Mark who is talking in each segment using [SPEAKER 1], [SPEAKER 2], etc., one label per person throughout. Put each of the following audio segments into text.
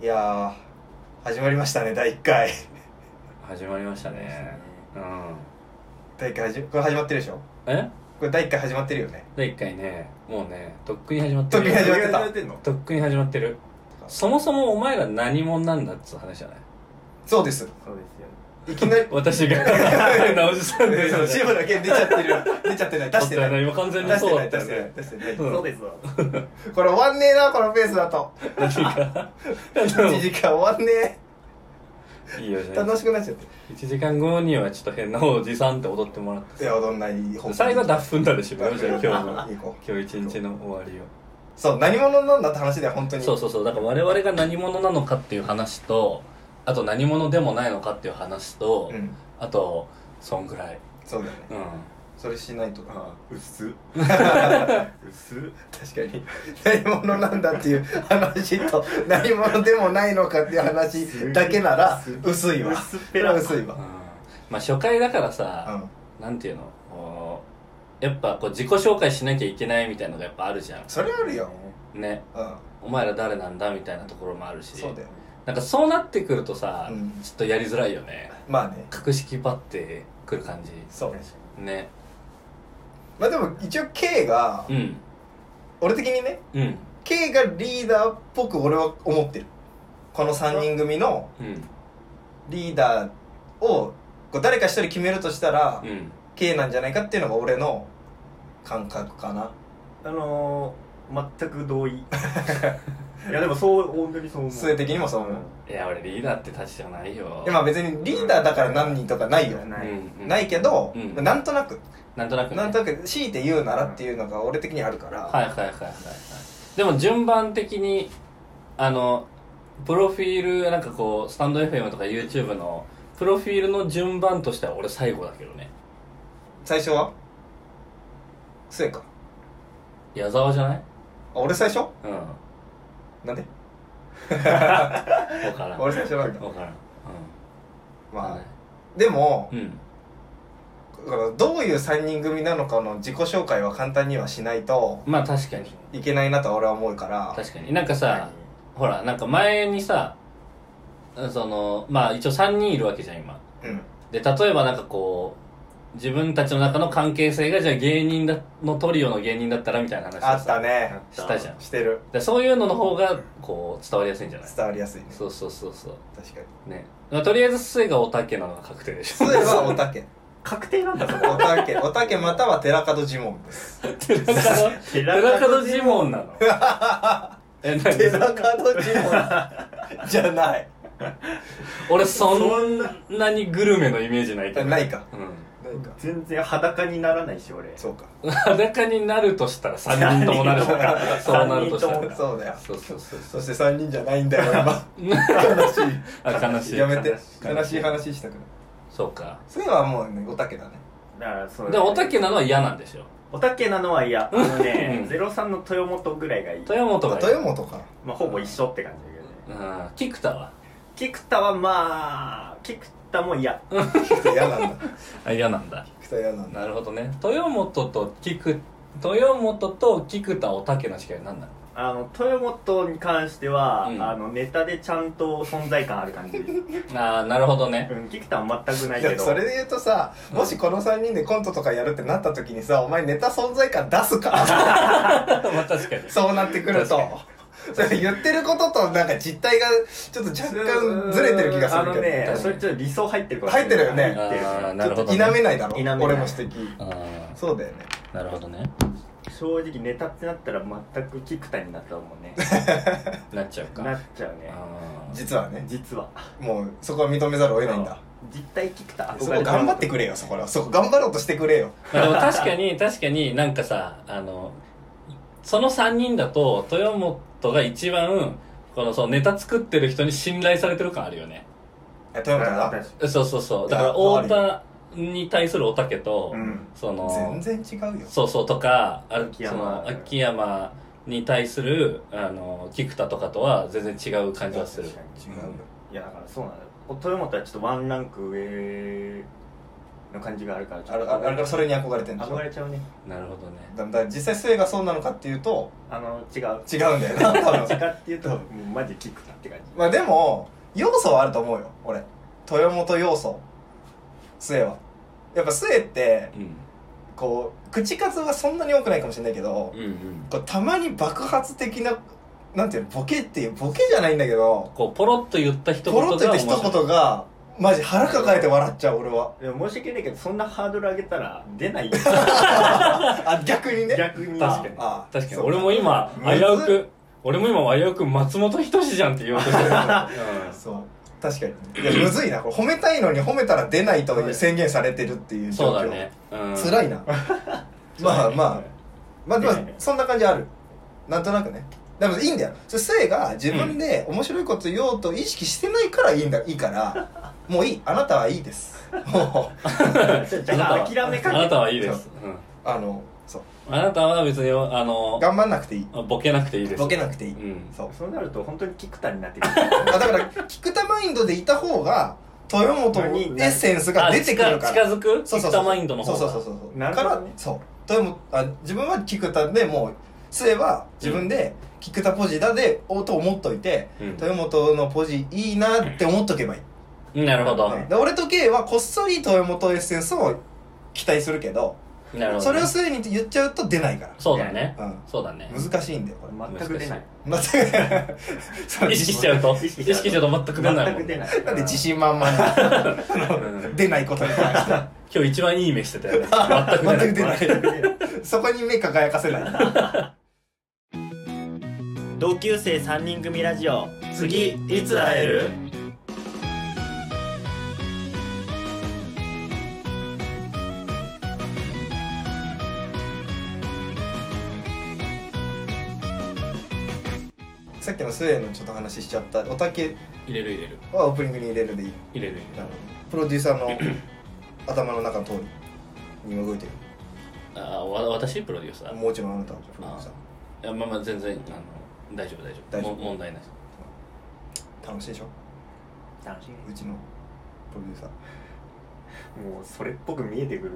[SPEAKER 1] いやー始まりましたね第1回
[SPEAKER 2] 始まりましたねうん
[SPEAKER 1] 第1回始これ始まってるでしょ
[SPEAKER 2] え
[SPEAKER 1] これ第1回始まってるよね
[SPEAKER 2] 第一回ねもうねとっくに始まって
[SPEAKER 1] とっ
[SPEAKER 2] る
[SPEAKER 1] くに始まってた
[SPEAKER 2] とっくに始まってるそもそもお前が何者なんだっつう話じゃない
[SPEAKER 1] そうです
[SPEAKER 3] そうです
[SPEAKER 1] いきな り
[SPEAKER 2] 私 が変なおじさんで
[SPEAKER 1] そうシムだけ出ちゃってる出ちゃってない出してな
[SPEAKER 2] だ
[SPEAKER 1] い
[SPEAKER 2] 今完全
[SPEAKER 1] 出
[SPEAKER 2] に
[SPEAKER 1] して
[SPEAKER 2] そう
[SPEAKER 1] な
[SPEAKER 2] だ
[SPEAKER 1] い
[SPEAKER 2] った
[SPEAKER 1] 出
[SPEAKER 2] よ
[SPEAKER 1] してない
[SPEAKER 2] ね
[SPEAKER 1] 出してない
[SPEAKER 2] うん
[SPEAKER 3] よ。そうですわ。
[SPEAKER 1] これ終わんねえなこのペースだと1時間終わんね
[SPEAKER 2] いいよじ
[SPEAKER 1] え
[SPEAKER 2] ゃ
[SPEAKER 1] 楽しくなっちゃっ
[SPEAKER 2] 1時間後にはちょっと変なおじさんって踊ってもらって
[SPEAKER 1] いやどんないい
[SPEAKER 2] て最後ダッフンダで締め
[SPEAKER 1] ダ
[SPEAKER 2] ようじゃあ
[SPEAKER 1] ッ
[SPEAKER 2] 今日 の
[SPEAKER 1] 行こう
[SPEAKER 2] 今日一日の終わりを
[SPEAKER 1] そう何者なんだって話だよ本当に
[SPEAKER 2] そうそうそうだから我々が何者なのかっていう話とあと何者でもないのかっていう話と、
[SPEAKER 1] うん
[SPEAKER 2] あとそんぐらい
[SPEAKER 1] そうだよね
[SPEAKER 2] うん
[SPEAKER 1] それしないと
[SPEAKER 3] ああ、薄。 薄。
[SPEAKER 1] 確かに何者なんだっていう話と何者でもないのかっていう話だけなら薄いわ
[SPEAKER 3] 薄っぺら
[SPEAKER 1] 薄い
[SPEAKER 2] うん
[SPEAKER 1] わ
[SPEAKER 2] まあ初回だから
[SPEAKER 1] う
[SPEAKER 2] さ、
[SPEAKER 1] ん
[SPEAKER 2] なんていうのこうやっぱこう自己紹介しなきゃいけないみたいのがやっぱあるじゃ
[SPEAKER 1] それあるよ
[SPEAKER 2] んね
[SPEAKER 1] うん
[SPEAKER 2] お前ら誰なんだみたいなところもあるし
[SPEAKER 1] そうだよ
[SPEAKER 2] なんかそうなってくるとさ、
[SPEAKER 1] うん
[SPEAKER 2] ちょっとやりづらいよね
[SPEAKER 1] まあね
[SPEAKER 2] 格式ばってくる感じ
[SPEAKER 1] そう
[SPEAKER 2] ね
[SPEAKER 1] まあでも一応 K が
[SPEAKER 2] うん
[SPEAKER 1] 俺的にね
[SPEAKER 2] うん
[SPEAKER 1] K がリーダーっぽく俺は思ってるこの3人組の
[SPEAKER 2] うん
[SPEAKER 1] リーダーをこう誰か一人決めるとしたら
[SPEAKER 2] うん
[SPEAKER 1] K なんじゃないかっていうのが俺の感覚かな
[SPEAKER 3] あのー、全く同意。い や、でも、そう、本当にそう思う。
[SPEAKER 1] 数的にもそう思う
[SPEAKER 2] いや俺リーダーって立ちじゃないよ
[SPEAKER 1] いやまあ別にリーダーだから何人とかないよ
[SPEAKER 3] うん
[SPEAKER 2] う
[SPEAKER 3] ない。
[SPEAKER 2] んうん
[SPEAKER 1] ないけど、
[SPEAKER 2] うん
[SPEAKER 1] なんとなく
[SPEAKER 2] なんとなくね
[SPEAKER 1] なんとなく強いて言うならっていうのが俺的にあるから、
[SPEAKER 2] はいはいはいはいはいでも順番的にあのプロフィールなんかこうスタンド FM とか YouTube のプロフィールの順番としては俺最後だけどね
[SPEAKER 1] 最初はせか
[SPEAKER 2] 矢沢じゃない
[SPEAKER 1] あ俺最初
[SPEAKER 2] うん
[SPEAKER 1] なんで
[SPEAKER 2] 分からん
[SPEAKER 1] 俺最初なんだ
[SPEAKER 2] 分からん
[SPEAKER 1] まあでも
[SPEAKER 2] う、ん、うん、
[SPEAKER 1] だからどういう3人組なのかの自己紹介は簡単にはしないと
[SPEAKER 2] まあ確かに
[SPEAKER 1] いけないなとは俺は思うから
[SPEAKER 2] 確かになんかさほらなんか前にさそのまあ一応3人いるわけじゃん今
[SPEAKER 1] うん
[SPEAKER 2] で例えばなんかこう自分たちの中の関係性がじゃあ芸人だのトリオの芸人だったらみたいな話をさ
[SPEAKER 1] あったね
[SPEAKER 2] したじゃん
[SPEAKER 1] してる
[SPEAKER 2] でそういうのの方がこう伝わりやすいんじゃない
[SPEAKER 1] 伝わりやすいね
[SPEAKER 2] そうそうそうそう
[SPEAKER 1] 確かに
[SPEAKER 2] ね、まあ、とりあえず末がおたけなのが確定でし
[SPEAKER 1] そ
[SPEAKER 2] ょ
[SPEAKER 1] れはおた け
[SPEAKER 3] 確定なんだ、そ
[SPEAKER 1] おたけおたけまたは寺門ジモンです
[SPEAKER 2] 寺門寺門ジモンなのえ何
[SPEAKER 1] 寺門ジモンじゃない
[SPEAKER 2] 俺そんなにグルメのイメージ ないけど
[SPEAKER 1] ないか
[SPEAKER 2] うん
[SPEAKER 1] ないか
[SPEAKER 3] 全然裸にならないし、俺。
[SPEAKER 1] そうか
[SPEAKER 2] 裸になるとしたら3人ともなる そうなるとした
[SPEAKER 3] 三人と
[SPEAKER 2] ら
[SPEAKER 3] も
[SPEAKER 1] そうだよ
[SPEAKER 2] そうそうそう
[SPEAKER 1] そ
[SPEAKER 2] そ
[SPEAKER 1] して3人じゃないんだ よ今
[SPEAKER 2] う
[SPEAKER 1] 悲し
[SPEAKER 2] あ悲し
[SPEAKER 1] い
[SPEAKER 2] い
[SPEAKER 1] やめて
[SPEAKER 2] 悲しい
[SPEAKER 1] 悲しい話したくない
[SPEAKER 2] そうか
[SPEAKER 1] そういうのはもうねおたけだね
[SPEAKER 3] だから、そう。
[SPEAKER 2] でもおたけなのは嫌なんでしょ
[SPEAKER 3] おたけなのは嫌。あのね
[SPEAKER 2] う、ん
[SPEAKER 3] ゼロ三の豊本ぐらいがいい。
[SPEAKER 2] 豊本が嫌
[SPEAKER 1] 豊本か
[SPEAKER 3] まあ、ほぼ一緒って感じだけどね。
[SPEAKER 2] うん菊田は
[SPEAKER 3] 菊田は、まあ、菊田も嫌。
[SPEAKER 1] 菊田嫌なんだ
[SPEAKER 2] あ嫌なんだ
[SPEAKER 1] 菊田嫌なんだ
[SPEAKER 2] なるほどね豊本と菊豊本と菊田おたけの違いは何なの
[SPEAKER 3] あの豊本に関しては、
[SPEAKER 2] うん
[SPEAKER 3] あのネタでちゃんと存在感ある感 じ、う
[SPEAKER 2] ああなるほど ね
[SPEAKER 3] ん、菊田は全くない
[SPEAKER 1] い
[SPEAKER 3] け
[SPEAKER 1] や
[SPEAKER 3] ど
[SPEAKER 1] それで言うとさもしこの3人でコントとかやるってなった時にさお前ネタ存在感出すか
[SPEAKER 2] まあ確かに
[SPEAKER 1] そうなってくると
[SPEAKER 2] 確か
[SPEAKER 1] それ言ってることとなんか実態がちょっと若干ずれてる気がす
[SPEAKER 3] あの
[SPEAKER 1] るけ
[SPEAKER 3] ね
[SPEAKER 2] ど
[SPEAKER 3] それちょっと理想入ってるかもしれな
[SPEAKER 1] 入っ
[SPEAKER 3] い
[SPEAKER 1] てるよね
[SPEAKER 3] 入ってる
[SPEAKER 2] あー
[SPEAKER 1] ど
[SPEAKER 2] な
[SPEAKER 1] ち
[SPEAKER 2] る
[SPEAKER 1] ょ
[SPEAKER 2] ほ
[SPEAKER 1] っ
[SPEAKER 2] ど
[SPEAKER 1] と否
[SPEAKER 2] ね
[SPEAKER 1] めないだろ
[SPEAKER 3] 否めない
[SPEAKER 1] 俺も指摘
[SPEAKER 2] あー
[SPEAKER 1] そうだよね
[SPEAKER 2] なるほどね
[SPEAKER 3] 正直ネタってなったら全く菊田になったもんね
[SPEAKER 2] なっちゃうか
[SPEAKER 3] なっちゃうね
[SPEAKER 2] あー
[SPEAKER 1] 実はね
[SPEAKER 3] 実は
[SPEAKER 1] もうそこは認めざるを得ないんだ
[SPEAKER 3] 実態菊田
[SPEAKER 1] そこ頑張ってくれよそこらそこ頑張ろうとしてくれよ
[SPEAKER 2] まあでも確かに確かになんかさあのその3人だと豊本が一番このそのネタ作ってる人に信頼されてる感あるよね
[SPEAKER 1] え豊本
[SPEAKER 3] あ
[SPEAKER 1] だ
[SPEAKER 3] 確か
[SPEAKER 2] そうそうそうだか
[SPEAKER 1] いや
[SPEAKER 2] ら太田に対するおたけと、
[SPEAKER 3] うん
[SPEAKER 2] その
[SPEAKER 1] 全然違うよ
[SPEAKER 2] そうそうとか、ある
[SPEAKER 3] 秋
[SPEAKER 2] そ
[SPEAKER 3] 山
[SPEAKER 2] の秋山に対する、あの、菊田とかとは全然違う感じはする。
[SPEAKER 3] に
[SPEAKER 1] 違うよ
[SPEAKER 3] いやだからそうなんだよ豊本はちょっとワンランク上の感じがあるからちょ
[SPEAKER 1] あ
[SPEAKER 3] っと
[SPEAKER 1] れあれあれからそれに憧れてるんでしょ
[SPEAKER 3] 憧れちゃうね
[SPEAKER 2] なるほどね
[SPEAKER 1] だだから実際末がそうなのかっていうと
[SPEAKER 3] あの違う
[SPEAKER 1] 違うんだよな 多
[SPEAKER 3] どっち
[SPEAKER 1] 分
[SPEAKER 3] かっていうともうマジキックなって感じ
[SPEAKER 1] まあでも要素はあると思うよ俺豊本要素末はやっぱ末って
[SPEAKER 2] うん
[SPEAKER 1] こう口数はそんなに多くないかもしれないけど、
[SPEAKER 2] うんうん
[SPEAKER 1] こうたまに爆発的ななんていうのボケっていうボケじゃないんだけど
[SPEAKER 2] こうポロッと言った一
[SPEAKER 1] ポ
[SPEAKER 2] 言が
[SPEAKER 1] ロ
[SPEAKER 2] 面
[SPEAKER 1] ッと言
[SPEAKER 2] 白
[SPEAKER 1] っ
[SPEAKER 2] い
[SPEAKER 1] て一言がマジ腹抱えて笑っちゃう俺は
[SPEAKER 3] でも申し訳ないけどそんなハードル上げたら出ないよ
[SPEAKER 1] あ逆にね
[SPEAKER 3] 逆に
[SPEAKER 2] 確かに
[SPEAKER 1] あ
[SPEAKER 2] 確かに
[SPEAKER 1] そう
[SPEAKER 2] 俺も今
[SPEAKER 1] む
[SPEAKER 2] 危
[SPEAKER 1] ず
[SPEAKER 2] うく俺も今危うく松本人志じゃんって言おうと してる、
[SPEAKER 1] そう確かにい やむずいなこれ褒めたいのに褒めたら出ないという宣言されてるってい
[SPEAKER 2] うん
[SPEAKER 1] う
[SPEAKER 2] そ
[SPEAKER 1] 状
[SPEAKER 2] う
[SPEAKER 1] 況
[SPEAKER 2] だね、うん、
[SPEAKER 1] 辛い なまあまあまあでも
[SPEAKER 3] ね
[SPEAKER 1] そんな感じあるなんとなくねでもいいんだよそれ性が自分で面白いこと言おうと意識してないからいいんだいいからもういいあなたはいいですもう
[SPEAKER 3] じゃあ諦めか
[SPEAKER 2] あな
[SPEAKER 3] け
[SPEAKER 2] たはいいです、うん
[SPEAKER 1] あのそう
[SPEAKER 2] あなたは別にあの
[SPEAKER 1] 頑張んなくていい
[SPEAKER 2] ボケなくていいです
[SPEAKER 1] ボケなくていい、
[SPEAKER 2] うん
[SPEAKER 1] そう
[SPEAKER 3] そうなると本当にキクタになってくる
[SPEAKER 1] あだから菊田マインドでいた方が豊本のエッセンスが
[SPEAKER 2] あ
[SPEAKER 1] 出てくる
[SPEAKER 2] 近
[SPEAKER 1] から
[SPEAKER 2] 近づく
[SPEAKER 1] そうそうそう
[SPEAKER 2] キクタマインドの方が
[SPEAKER 1] そうそうそうそう
[SPEAKER 3] なるほ
[SPEAKER 1] か
[SPEAKER 3] どね
[SPEAKER 1] らそう豊本あ自分は菊田でもう末は自分で菊田ポジだでおと思っといて、
[SPEAKER 2] うん
[SPEAKER 1] 豊本のポジいいなって思っとけばいい、
[SPEAKER 2] なるほど、
[SPEAKER 1] で俺と K はこっそり豊本エッセンスを期待するけど
[SPEAKER 2] なるほどね、
[SPEAKER 1] それを末に言っちゃうと出ないか
[SPEAKER 2] そうだね
[SPEAKER 1] ら、うん
[SPEAKER 2] そうだね
[SPEAKER 1] 難しいんだよこれ
[SPEAKER 3] 全く出ない
[SPEAKER 1] ま た
[SPEAKER 2] 意識しちゃうと
[SPEAKER 3] 意
[SPEAKER 2] 意
[SPEAKER 3] 識
[SPEAKER 2] 識
[SPEAKER 3] し
[SPEAKER 2] し
[SPEAKER 3] ち
[SPEAKER 2] ち
[SPEAKER 3] ゃ
[SPEAKER 2] ゃ
[SPEAKER 3] う
[SPEAKER 2] うと
[SPEAKER 3] と
[SPEAKER 2] 全く出ない
[SPEAKER 3] 全
[SPEAKER 2] も
[SPEAKER 3] く
[SPEAKER 2] ん
[SPEAKER 3] 出
[SPEAKER 2] ね
[SPEAKER 3] ない
[SPEAKER 1] なんで自信満々なの
[SPEAKER 2] うん
[SPEAKER 1] 出ないことに関して
[SPEAKER 2] 今日一番いい目してたよね
[SPEAKER 1] 全く出ない
[SPEAKER 3] 全く出ない
[SPEAKER 1] そこに目輝かせない
[SPEAKER 3] 同級生3人組ラジオ次いつ会える
[SPEAKER 1] さっきの末のちょっと話しちゃったおたけ
[SPEAKER 2] 入れる入れる
[SPEAKER 1] はオープニングに入れるでいい
[SPEAKER 2] 入れる入れる
[SPEAKER 1] プロデューサー の頭の中の通りに動いてる
[SPEAKER 2] ああわ私プロデューサーい
[SPEAKER 1] もちろんあなたはプロデューサ
[SPEAKER 2] やまあまあ全然あの大丈夫大丈夫
[SPEAKER 1] 大丈夫
[SPEAKER 2] も問題ないです
[SPEAKER 1] ー楽しいでしょ
[SPEAKER 3] 楽し
[SPEAKER 1] う
[SPEAKER 3] み
[SPEAKER 1] ちのプロデューサー
[SPEAKER 3] もうそれっぽく見えてくるよね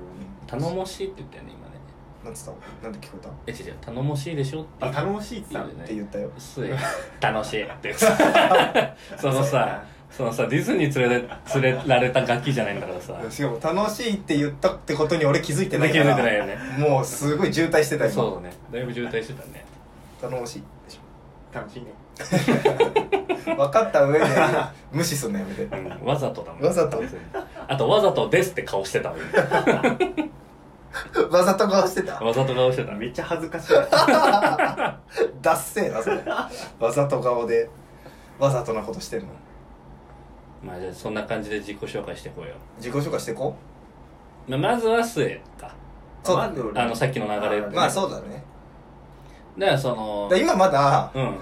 [SPEAKER 2] 頼もしいって言ったよね今ね
[SPEAKER 1] なんつったなんて聞こえたっ
[SPEAKER 2] え違う違う頼もしいでしょって
[SPEAKER 3] あ頼もしいって言
[SPEAKER 2] 言
[SPEAKER 3] っ
[SPEAKER 2] うよね
[SPEAKER 3] てた
[SPEAKER 1] て言ったよ
[SPEAKER 2] すい 楽しいって そのさそのさディズニー連れて連れられたガキじゃないんだからさ
[SPEAKER 1] しかも楽しいって言ったってことに俺気づい
[SPEAKER 2] 気
[SPEAKER 1] て
[SPEAKER 2] づ
[SPEAKER 1] ないい
[SPEAKER 2] て
[SPEAKER 1] から
[SPEAKER 2] ないよね
[SPEAKER 1] もうすごい渋滞してた
[SPEAKER 2] そう
[SPEAKER 1] 今
[SPEAKER 2] だねだいぶ渋滞してたね
[SPEAKER 1] 頼もしいでし
[SPEAKER 3] 楽しいね
[SPEAKER 1] ょ分かった上で無視すんのやめて
[SPEAKER 2] うんわざとだもん
[SPEAKER 1] わざと
[SPEAKER 2] 完全にあとわざとですって顔してたもん
[SPEAKER 1] わざと顔してた
[SPEAKER 2] わざと顔してた
[SPEAKER 3] めっちゃ恥ずかしい
[SPEAKER 1] ダッセーなそれわざと顔でわざとなことしてんの
[SPEAKER 2] まあじゃあそんな感じで自己紹介してこうよ
[SPEAKER 1] 自己紹介してこ
[SPEAKER 2] まあまずは末か
[SPEAKER 1] そう
[SPEAKER 3] まず俺
[SPEAKER 2] あのさっきの流れ
[SPEAKER 1] うまあそうだね
[SPEAKER 2] だからその
[SPEAKER 1] だ今まだ
[SPEAKER 2] うん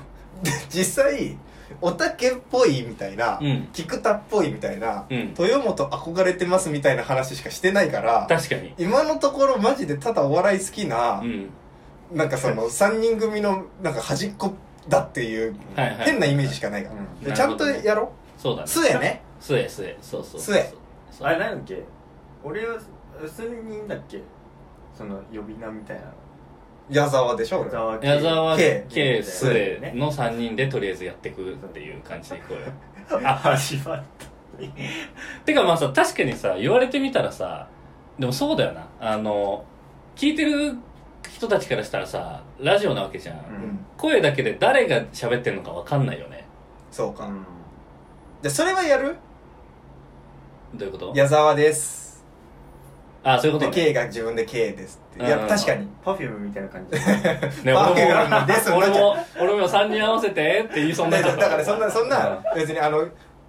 [SPEAKER 1] 実際おたけっぽいみたいな、
[SPEAKER 2] うん
[SPEAKER 1] 菊田っぽいみたいな、
[SPEAKER 2] うん
[SPEAKER 1] 豊本憧れてますみたいな話しかしてないから
[SPEAKER 2] 確かに
[SPEAKER 1] 今のところマジでただお笑い好きな
[SPEAKER 2] う、ん
[SPEAKER 1] なんかその3人組のなんか端っこだっていう
[SPEAKER 2] はいはい
[SPEAKER 1] 変なイメージしかないから、
[SPEAKER 3] うん
[SPEAKER 1] でちゃんとやろ
[SPEAKER 2] そうだね
[SPEAKER 1] 末ね
[SPEAKER 2] 末末そうそう
[SPEAKER 1] 末
[SPEAKER 2] そう
[SPEAKER 3] あれなんだっけ俺は数人だっけその呼び名みたいな
[SPEAKER 1] 矢沢でしょ俺
[SPEAKER 3] 小沢
[SPEAKER 2] 矢沢
[SPEAKER 1] K
[SPEAKER 2] K 末の3人でとりあえずやってくっていう感じでいこうよ
[SPEAKER 3] あ 始まった
[SPEAKER 2] てかまあさ確かにさ言われてみたらさでもそうだよなあの聞いてる人たちからしたらさラジオなわけじゃん、
[SPEAKER 3] う
[SPEAKER 1] うん
[SPEAKER 2] 声だけで誰が喋ってるのかわかんないよね
[SPEAKER 1] そうか、
[SPEAKER 3] うん
[SPEAKER 1] でそれはやる
[SPEAKER 2] どういうこと
[SPEAKER 1] 矢沢です
[SPEAKER 2] あそういうこ
[SPEAKER 1] で
[SPEAKER 2] と、ね、
[SPEAKER 1] K が自分で K ですってい
[SPEAKER 2] うん
[SPEAKER 1] や確かに
[SPEAKER 3] パフュームみたい な感じ
[SPEAKER 2] ね
[SPEAKER 1] パーフ
[SPEAKER 2] 俺も
[SPEAKER 1] ュームです
[SPEAKER 2] 俺も俺も3人合わせてって言いそうになっ
[SPEAKER 1] だ
[SPEAKER 2] ちゃった
[SPEAKER 1] からそんなそんな別にあの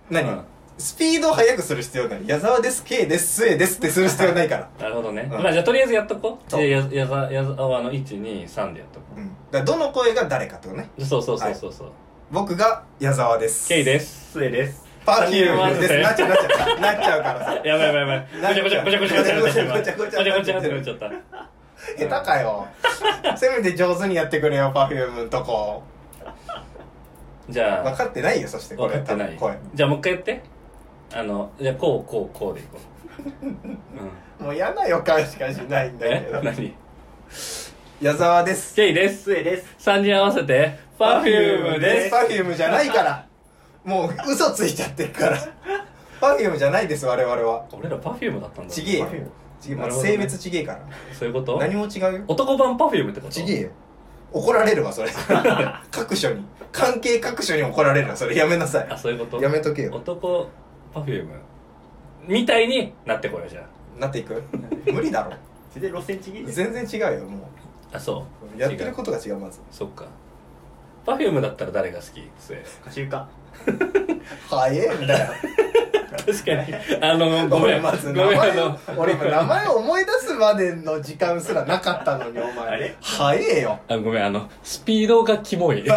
[SPEAKER 1] 何、
[SPEAKER 2] うん
[SPEAKER 1] スピードを速くする必要ない矢沢です K です末ですってする必要ない から、
[SPEAKER 2] なるほどね、
[SPEAKER 1] うん
[SPEAKER 2] まあじゃあとりあえずやっとこう
[SPEAKER 1] そう
[SPEAKER 2] でややざやざあの123でやっとこ
[SPEAKER 1] うん、だからどの声が誰かってことね
[SPEAKER 2] うそうそうそうそうそう、
[SPEAKER 1] 僕が矢沢です
[SPEAKER 2] ケイです
[SPEAKER 3] 末です
[SPEAKER 1] パーフュームです
[SPEAKER 2] 三人合
[SPEAKER 1] な
[SPEAKER 2] わせて
[SPEAKER 1] っちゃうなっちゃうなっちゃうから さ
[SPEAKER 2] やばいやばいやばいごちゃごちゃごちゃごちゃごちゃごちゃごちゃごちゃごちゃごちゃごちゃごちゃごちゃってなっちゃった
[SPEAKER 1] 下手かよせめて上手にやってくれよパフュームのとこ
[SPEAKER 2] じゃあ
[SPEAKER 1] 分かってないよそしてこ
[SPEAKER 2] 分
[SPEAKER 1] れ
[SPEAKER 2] かってない
[SPEAKER 1] 声
[SPEAKER 2] じゃあもう一回やってあのじゃあこうこうこうでいこう、うん、
[SPEAKER 1] もう嫌な予感しかしないんだけ
[SPEAKER 2] え
[SPEAKER 1] ど
[SPEAKER 2] 何
[SPEAKER 1] 矢沢です
[SPEAKER 2] ケイです
[SPEAKER 3] 末です
[SPEAKER 2] 3人合わせて Perfume です
[SPEAKER 1] パフュームじゃないからもう嘘ついちゃってる からパフュームじゃないです我々は
[SPEAKER 2] 俺ら Perfume だったんだ
[SPEAKER 1] ちげえよ
[SPEAKER 3] Perfume
[SPEAKER 1] ちげえ、ま
[SPEAKER 2] な
[SPEAKER 1] あ、
[SPEAKER 2] るほどね
[SPEAKER 1] 性別ちげえから
[SPEAKER 2] そういうこと
[SPEAKER 1] 何も違うよ
[SPEAKER 2] 男版 Perfume ってこと
[SPEAKER 1] ちげえよ怒られるわ それ各所に関係各所に怒られるわそれやめなさ
[SPEAKER 2] あ
[SPEAKER 1] い
[SPEAKER 2] そういうこと
[SPEAKER 1] やめとけよ
[SPEAKER 2] 男 Perfume みたいになってこようじゃ
[SPEAKER 1] なっていく無理だろ
[SPEAKER 3] 全然路線ちぎりです
[SPEAKER 1] 全然違うよも
[SPEAKER 2] ああそう
[SPEAKER 1] やってる
[SPEAKER 2] 違う
[SPEAKER 1] ことが違うまず
[SPEAKER 2] そっか Perfume だったら誰が好き末
[SPEAKER 3] 歌集か
[SPEAKER 1] 早えんだよ
[SPEAKER 2] 確かにあのごめ
[SPEAKER 1] 俺
[SPEAKER 2] ん
[SPEAKER 1] まず
[SPEAKER 2] ご
[SPEAKER 1] 名
[SPEAKER 2] めんあ
[SPEAKER 1] 前
[SPEAKER 2] の
[SPEAKER 1] 俺今名前思い出すまでの時間すらなかったのにお
[SPEAKER 3] あ
[SPEAKER 1] 前
[SPEAKER 3] れ
[SPEAKER 1] 早えよ
[SPEAKER 2] あごめんあのスピードがキモいうん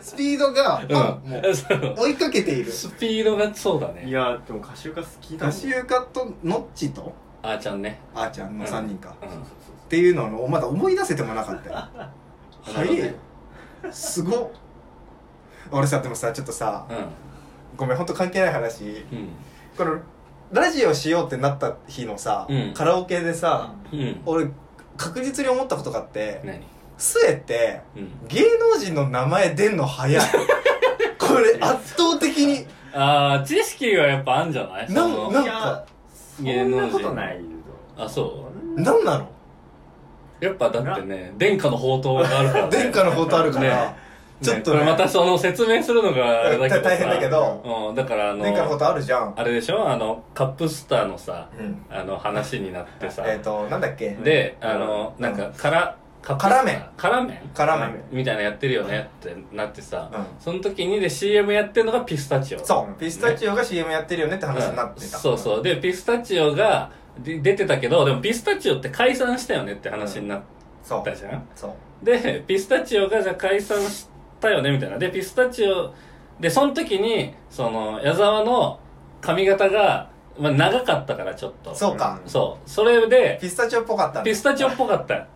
[SPEAKER 1] スピードが、あもう
[SPEAKER 2] そう
[SPEAKER 1] 追いかけている
[SPEAKER 2] スピードがそうだ
[SPEAKER 3] い
[SPEAKER 2] ね
[SPEAKER 3] やでも歌集か好きだ
[SPEAKER 1] カシウカとノッチと
[SPEAKER 2] あーちゃんね
[SPEAKER 1] あーちゃんの3人か、
[SPEAKER 2] うん
[SPEAKER 1] っていうのをまだ思い出せてもなかったよ早えよすごっ俺さでもさちょっとさ
[SPEAKER 2] う
[SPEAKER 1] ごめん本当関係ない話
[SPEAKER 2] んうん
[SPEAKER 1] このラジオしようってなった日のさ、
[SPEAKER 2] うん
[SPEAKER 1] カラオケでさ、
[SPEAKER 2] うん
[SPEAKER 1] 俺確実に思ったことがあって、
[SPEAKER 2] 何
[SPEAKER 1] スエって
[SPEAKER 2] うん
[SPEAKER 1] 芸能人の名前出んの 早いこれ圧倒的に
[SPEAKER 2] ああ知識はやっぱあんじゃない
[SPEAKER 1] なん
[SPEAKER 2] その
[SPEAKER 1] なん
[SPEAKER 3] い
[SPEAKER 1] か
[SPEAKER 3] やそんなことないよ
[SPEAKER 2] あそ
[SPEAKER 1] 何なの
[SPEAKER 2] うやっぱだってね殿下の宝刀があるから、ね、
[SPEAKER 1] 殿下のことあるから、
[SPEAKER 2] ね
[SPEAKER 1] ちょっと
[SPEAKER 2] ね
[SPEAKER 1] ね
[SPEAKER 2] これまたその説明するのがあれだけどさ
[SPEAKER 1] 大変だけど
[SPEAKER 2] うん、だからあの
[SPEAKER 1] 殿下のことあるじゃん、
[SPEAKER 2] あれでしょあのカップスターのさ
[SPEAKER 1] うん、
[SPEAKER 2] あの話になってさ
[SPEAKER 1] えっ、となんだっけ
[SPEAKER 2] であのなんかからカップスター
[SPEAKER 1] 辛麺
[SPEAKER 2] 辛麺
[SPEAKER 1] 辛
[SPEAKER 3] 辛
[SPEAKER 1] 麺
[SPEAKER 2] みたいなやってるよねってなってさ、
[SPEAKER 1] うん
[SPEAKER 2] その時にで CM やってるのがピスタチオ
[SPEAKER 1] そうピスタチオが CM やってるよねって話になってた、
[SPEAKER 2] そうそうでピスタチオがで出てたけどでもピスタチオって解散したよねって話になっ
[SPEAKER 1] そう
[SPEAKER 2] たじゃん、
[SPEAKER 1] そう
[SPEAKER 2] でピスタチオがじゃあ解散したよねみたいなでピスタチオでその時にその矢沢の髪型が、まあ、長かったからちょっと
[SPEAKER 1] そうか、
[SPEAKER 2] そうそれで
[SPEAKER 1] ピスタチオっぽかったんだ
[SPEAKER 2] ピスタチオっぽかった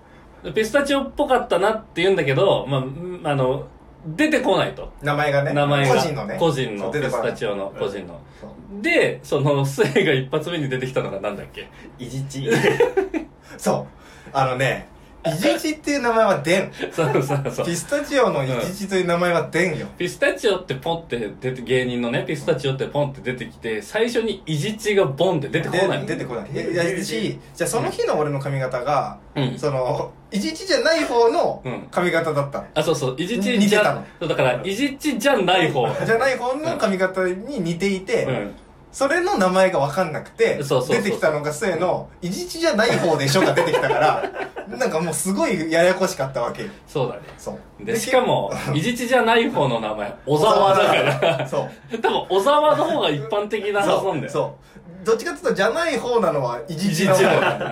[SPEAKER 2] ピスタチオっぽかったなって言うんだけど、まあうん、あの出てこないと
[SPEAKER 1] 名前がね
[SPEAKER 2] 名前が
[SPEAKER 1] 個人のね
[SPEAKER 2] 個人
[SPEAKER 1] そ
[SPEAKER 2] の
[SPEAKER 1] う
[SPEAKER 2] ピ
[SPEAKER 1] 出て
[SPEAKER 2] ス
[SPEAKER 1] こない
[SPEAKER 2] タチオの個人の、
[SPEAKER 1] そう
[SPEAKER 2] でその スエが一発目に出てきたのがなんだっけ
[SPEAKER 3] いじち
[SPEAKER 1] そうあのねイジチっていう名前は出ん
[SPEAKER 2] そうそうそう
[SPEAKER 1] ピスタチオのイジチという名前は出んよ、
[SPEAKER 2] ピスタチオってポンって出て芸人のねピスタチオってポンって出てきて最初にイジチがボンって出てこない
[SPEAKER 1] で出てこない
[SPEAKER 3] 出てこない
[SPEAKER 1] いやいやしじゃあその日の俺の髪型が、
[SPEAKER 2] うん
[SPEAKER 1] そのイジチじゃない方の
[SPEAKER 2] うん
[SPEAKER 1] 髪型だったの、
[SPEAKER 2] あそうそうイジチ
[SPEAKER 1] 似
[SPEAKER 2] じ
[SPEAKER 1] てた
[SPEAKER 2] ゃ
[SPEAKER 1] の
[SPEAKER 2] そうだからイジチじゃない方
[SPEAKER 1] じゃない方の髪型に似ていて、
[SPEAKER 2] う
[SPEAKER 1] それの名前が分かんなくて
[SPEAKER 2] そうそうそう
[SPEAKER 1] 出てきたのが末の「いじちじゃない方でしょ」が出てきたから なんかもうすごいややこしかったわけよ
[SPEAKER 2] んそうだね
[SPEAKER 1] そう
[SPEAKER 2] でしかもイジチじゃない方の名前
[SPEAKER 1] 小
[SPEAKER 2] 小沢だか
[SPEAKER 1] から
[SPEAKER 2] ら
[SPEAKER 1] そう
[SPEAKER 2] 多分小沢の方が一般的なはずなんだよう
[SPEAKER 1] そうどっちかっていうとじゃない方なのはいじ
[SPEAKER 2] イ
[SPEAKER 1] ち
[SPEAKER 2] ジチ
[SPEAKER 1] の
[SPEAKER 2] の
[SPEAKER 1] 方
[SPEAKER 2] 方
[SPEAKER 1] っ
[SPEAKER 2] だ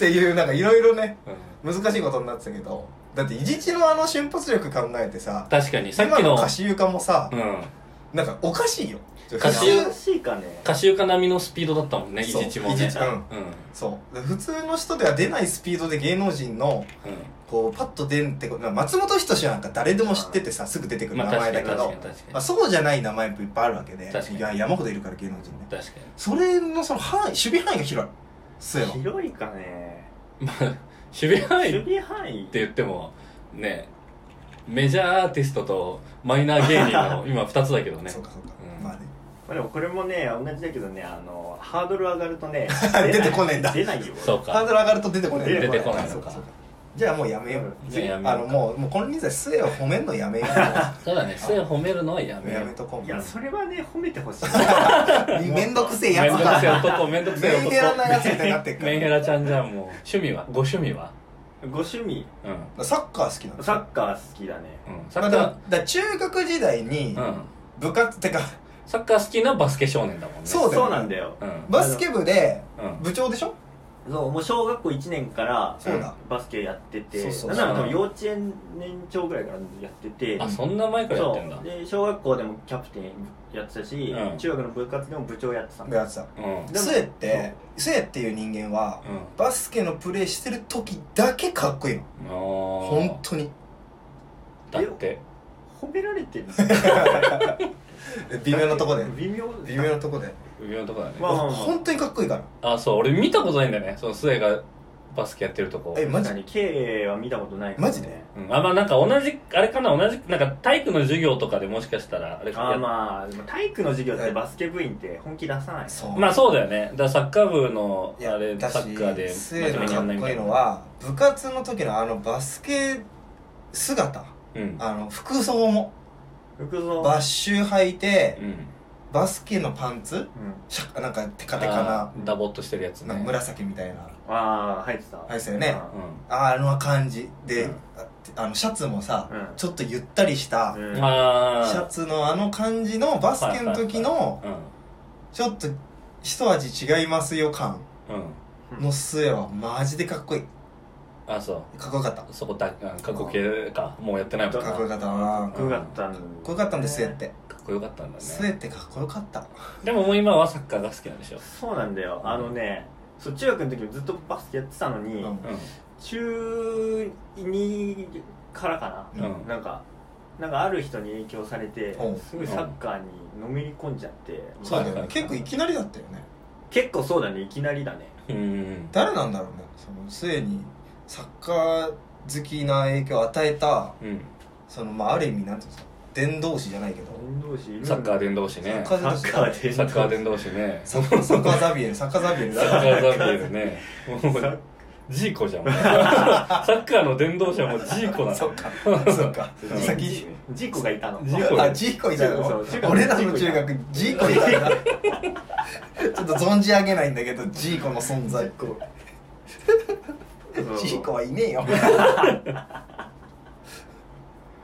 [SPEAKER 1] ていうなんかいろいろね
[SPEAKER 2] うんうん
[SPEAKER 1] 難しいことになってたけどだっていじちのあの瞬発力考えてさ
[SPEAKER 2] 確かにさっ
[SPEAKER 1] 今
[SPEAKER 2] き
[SPEAKER 1] の
[SPEAKER 2] の
[SPEAKER 1] 歌詞床もさ、
[SPEAKER 2] うん
[SPEAKER 1] なんかおかしいよ
[SPEAKER 2] 歌詞
[SPEAKER 1] 普通
[SPEAKER 3] おかしいかね
[SPEAKER 2] 歌集家並みのスピードだったもんねイ
[SPEAKER 1] そう
[SPEAKER 2] ジチも
[SPEAKER 1] イジ
[SPEAKER 2] ね
[SPEAKER 1] チうん
[SPEAKER 2] うん
[SPEAKER 1] そう普通の人では出ないスピードで芸能人のこうパッと出んってこと松本人志なんか誰でも知っててさすぐ出てくる
[SPEAKER 2] まあ
[SPEAKER 1] 名前
[SPEAKER 2] 確か
[SPEAKER 1] だ
[SPEAKER 2] に
[SPEAKER 1] けど、
[SPEAKER 2] 確か
[SPEAKER 1] ま
[SPEAKER 2] に確かに
[SPEAKER 1] あ、そうじゃない名前もいっぱいあるわけで
[SPEAKER 2] 確かに
[SPEAKER 1] いや山ほどいるから芸能人ね
[SPEAKER 2] 確かに
[SPEAKER 1] それのその範囲守備範囲が広いそうよ
[SPEAKER 3] 広いかね
[SPEAKER 2] まあ、守備範囲
[SPEAKER 3] 守
[SPEAKER 2] って
[SPEAKER 3] 備範囲
[SPEAKER 2] 言っても、ね、メジャーアーティストとマイナー芸人 の今2つだけどね
[SPEAKER 1] そう。かそうか、
[SPEAKER 2] うん
[SPEAKER 1] まあね
[SPEAKER 3] まあでもこれもね同じだけどねあのハードル上がるとね
[SPEAKER 1] 出てこねえんだ
[SPEAKER 3] 出ないよ
[SPEAKER 2] そう
[SPEAKER 1] ハー
[SPEAKER 2] か。
[SPEAKER 1] ドル上がると出てこない
[SPEAKER 3] 出てこ
[SPEAKER 2] ない
[SPEAKER 1] そうかそうかじゃあもうやめよう
[SPEAKER 2] じゃあやめよ
[SPEAKER 1] あ
[SPEAKER 2] う
[SPEAKER 1] のもうもう金輪際末を褒めんのや めよう
[SPEAKER 2] そうだね、背を褒めるのはやめよ
[SPEAKER 1] や
[SPEAKER 2] う
[SPEAKER 1] め。とこう
[SPEAKER 3] いやそれはね褒め てほしい
[SPEAKER 1] めんどくせえ
[SPEAKER 2] めん
[SPEAKER 1] や
[SPEAKER 2] ど
[SPEAKER 1] つ
[SPEAKER 2] く
[SPEAKER 1] だ
[SPEAKER 2] せえ男、めんどくせえ
[SPEAKER 1] メンヘラなやつみたいにな
[SPEAKER 2] 男。
[SPEAKER 1] ってっか
[SPEAKER 2] メンヘラちゃんじゃん、もう。趣味はご趣味は
[SPEAKER 3] ご趣味
[SPEAKER 2] うん。うん。
[SPEAKER 1] らサッカー好きなの
[SPEAKER 3] サッカー好きだね
[SPEAKER 2] サ
[SPEAKER 1] まあ
[SPEAKER 2] ッ
[SPEAKER 1] でも
[SPEAKER 2] カ
[SPEAKER 1] だから中学時代に
[SPEAKER 2] ー、うん。
[SPEAKER 1] 部活、ってか
[SPEAKER 2] サッカー好きなバスケ少年だもんね。
[SPEAKER 1] そうだよね
[SPEAKER 3] なんだよ
[SPEAKER 2] うん。
[SPEAKER 1] バスケ部で
[SPEAKER 2] うん。
[SPEAKER 1] 部長でしょ
[SPEAKER 3] そうもう小学校1年から
[SPEAKER 1] そうだ
[SPEAKER 3] バスケやってて
[SPEAKER 1] そうそう
[SPEAKER 3] なんなら多分幼稚園年長ぐらいからやってて
[SPEAKER 2] あ、そんな前からやっ
[SPEAKER 3] そ
[SPEAKER 2] てんだ。
[SPEAKER 3] うで小学校でもキャプテンやってたし、
[SPEAKER 2] うん
[SPEAKER 3] 中学の部活でも部長やってたの
[SPEAKER 1] やってた
[SPEAKER 2] うん。うん。
[SPEAKER 3] でも
[SPEAKER 1] スエってスエっていう人間はバスケのプレーしてる時だけかっこいいの
[SPEAKER 2] あー
[SPEAKER 1] 本当に
[SPEAKER 2] だって。
[SPEAKER 3] 褒められてる
[SPEAKER 1] 微妙なとこで
[SPEAKER 3] 微妙
[SPEAKER 1] 微妙なとこで
[SPEAKER 2] 微妙なとこだね、
[SPEAKER 3] まあまあまあ
[SPEAKER 1] 本当にかっこいいから
[SPEAKER 2] あそう俺見たことないんだよねその末がバスケやってるとこ
[SPEAKER 1] えマ
[SPEAKER 3] 確
[SPEAKER 1] ジ
[SPEAKER 3] かに K は見たことないかも
[SPEAKER 1] マジで
[SPEAKER 2] うん、あまあなんか同じあれかな同じなんか体育の授業とかでもしかしたらあれか
[SPEAKER 3] あ
[SPEAKER 2] や
[SPEAKER 3] ーまあでも体育の授業っ
[SPEAKER 1] はい
[SPEAKER 3] てバスケ部員って本気出さない
[SPEAKER 1] そう
[SPEAKER 2] まあそうだよねだからサッカー部の
[SPEAKER 1] いや
[SPEAKER 2] あれ
[SPEAKER 1] だし
[SPEAKER 2] サッカーで
[SPEAKER 1] スウェーデンの
[SPEAKER 2] やん
[SPEAKER 1] かっこいいの
[SPEAKER 2] みた
[SPEAKER 1] は部活の時のあのバスケ姿
[SPEAKER 2] いな
[SPEAKER 1] あの服装も
[SPEAKER 3] 服装
[SPEAKER 1] バッシュ履いて
[SPEAKER 2] うん、うん、
[SPEAKER 1] バスケのパンツ
[SPEAKER 3] うん
[SPEAKER 1] シャなんかテカテカ
[SPEAKER 2] あーダボっとしてるやつ
[SPEAKER 1] なな
[SPEAKER 2] ね
[SPEAKER 1] んか紫みたいな
[SPEAKER 3] ああ入ってた
[SPEAKER 1] 入ってたよね
[SPEAKER 2] う
[SPEAKER 1] あの感じで、
[SPEAKER 2] うん
[SPEAKER 1] ああのシャツもさ、
[SPEAKER 3] うん
[SPEAKER 1] ちょっとゆったりした、
[SPEAKER 3] うん
[SPEAKER 2] んああ
[SPEAKER 1] シャツのあの感じのバスケの時のちょっと一味違いますよ感
[SPEAKER 2] うんうん
[SPEAKER 1] の末はマジでかっこいい
[SPEAKER 2] あそ
[SPEAKER 1] かっこよかった
[SPEAKER 2] うそこだうん過去形かもうやってないもんな
[SPEAKER 1] かっこよかったな
[SPEAKER 3] か
[SPEAKER 1] か
[SPEAKER 3] っこよかったんかっ
[SPEAKER 1] っこよかったんですって
[SPEAKER 2] かっこよかったんだ
[SPEAKER 1] 末っ
[SPEAKER 2] ね
[SPEAKER 1] てかっこよかった
[SPEAKER 2] でももう今はサッカーが好きなんでしょ
[SPEAKER 3] そうなんだよあのねそう中学の時もずっとバスケやってたのに、
[SPEAKER 1] うん
[SPEAKER 2] う
[SPEAKER 3] 中2からか
[SPEAKER 2] んう
[SPEAKER 1] うんん
[SPEAKER 3] な、なんかなんかある人に影響されて
[SPEAKER 1] うん
[SPEAKER 3] すごいサッカーにのめり込んじゃって
[SPEAKER 1] そうだよ
[SPEAKER 2] はいはいは
[SPEAKER 1] ね
[SPEAKER 2] い
[SPEAKER 1] 結構いきなりだったよね
[SPEAKER 3] 結構そうだねいきなりだね
[SPEAKER 2] うん
[SPEAKER 1] 誰なんだろうねその末にサッカー好きな影響を与えた
[SPEAKER 2] うん
[SPEAKER 1] そのまあある意味なんていうんですか伝道師じゃないけど
[SPEAKER 3] 運動士いるんだ
[SPEAKER 2] サッカー伝道師ね
[SPEAKER 1] サッカー
[SPEAKER 3] サッカーで
[SPEAKER 2] サッカー伝道師ね
[SPEAKER 1] サッサッカーザビエルサッカーザビエル
[SPEAKER 2] サッカーザビエルねも
[SPEAKER 3] サッ
[SPEAKER 2] うジーコじゃんサッカーの伝道師はもうジーコな
[SPEAKER 1] そ
[SPEAKER 2] の
[SPEAKER 1] っかそっか
[SPEAKER 2] うん
[SPEAKER 1] 先
[SPEAKER 3] ジジコがいたの
[SPEAKER 2] ジコ
[SPEAKER 1] あジーコいた
[SPEAKER 3] そう
[SPEAKER 1] の
[SPEAKER 3] そう
[SPEAKER 1] 俺らの中学ジーコいたなちょっと存じ上げないんだけどジーコの存在
[SPEAKER 3] そう
[SPEAKER 1] ジーコはいねえよ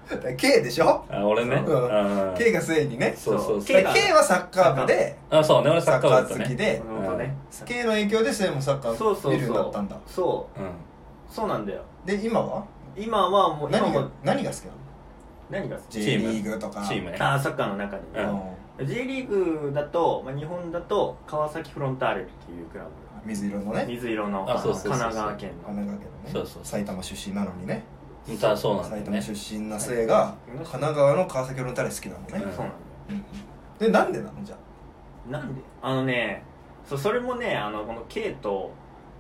[SPEAKER 1] だから K でしょ
[SPEAKER 2] あ俺ね
[SPEAKER 1] うん
[SPEAKER 2] あー
[SPEAKER 1] K が末にね
[SPEAKER 2] そうそうそ
[SPEAKER 1] だか
[SPEAKER 2] う
[SPEAKER 3] K が
[SPEAKER 1] ら K はサッカー部で
[SPEAKER 2] あそうね俺サ
[SPEAKER 1] サ
[SPEAKER 2] ッ
[SPEAKER 1] ッ
[SPEAKER 2] カ
[SPEAKER 1] カ
[SPEAKER 2] ー
[SPEAKER 1] ー
[SPEAKER 2] だっ
[SPEAKER 1] 好
[SPEAKER 2] た
[SPEAKER 1] き
[SPEAKER 2] ね
[SPEAKER 1] で
[SPEAKER 3] 本当ね
[SPEAKER 1] K の影響で末もサッカ
[SPEAKER 3] そう
[SPEAKER 1] ー
[SPEAKER 3] そ
[SPEAKER 1] 見
[SPEAKER 3] う
[SPEAKER 1] るように
[SPEAKER 3] そ
[SPEAKER 1] なったんだ
[SPEAKER 3] うそ
[SPEAKER 2] うん
[SPEAKER 3] うそうなんだよ
[SPEAKER 1] で今は
[SPEAKER 3] 今はもう今
[SPEAKER 1] 何
[SPEAKER 3] も
[SPEAKER 1] が何が好きなの
[SPEAKER 3] 何が好き
[SPEAKER 1] J リーグとか
[SPEAKER 2] チームね
[SPEAKER 3] ああサッカーの中に
[SPEAKER 1] う
[SPEAKER 3] ね、
[SPEAKER 1] ん
[SPEAKER 3] J リーグだと、まあ、日本だと川崎フロンターレっていうクラ
[SPEAKER 1] 水色の
[SPEAKER 3] ブ
[SPEAKER 1] ね
[SPEAKER 3] 水色の
[SPEAKER 2] あそうそうそうそう
[SPEAKER 3] 神奈川県
[SPEAKER 1] 神
[SPEAKER 3] の
[SPEAKER 1] 奈川県のね
[SPEAKER 2] そうそうそう
[SPEAKER 1] 埼玉出身なのにね
[SPEAKER 2] うんさあそうなんだ
[SPEAKER 1] 埼
[SPEAKER 2] よ
[SPEAKER 1] 玉
[SPEAKER 2] ね
[SPEAKER 1] 出身な末が神奈川の川崎フロンターレ好きなの
[SPEAKER 3] そう
[SPEAKER 1] ね
[SPEAKER 3] なんだ
[SPEAKER 1] うんでなんで
[SPEAKER 3] よ
[SPEAKER 1] なのじゃ
[SPEAKER 3] なんであのねそうそれもねあのこの K と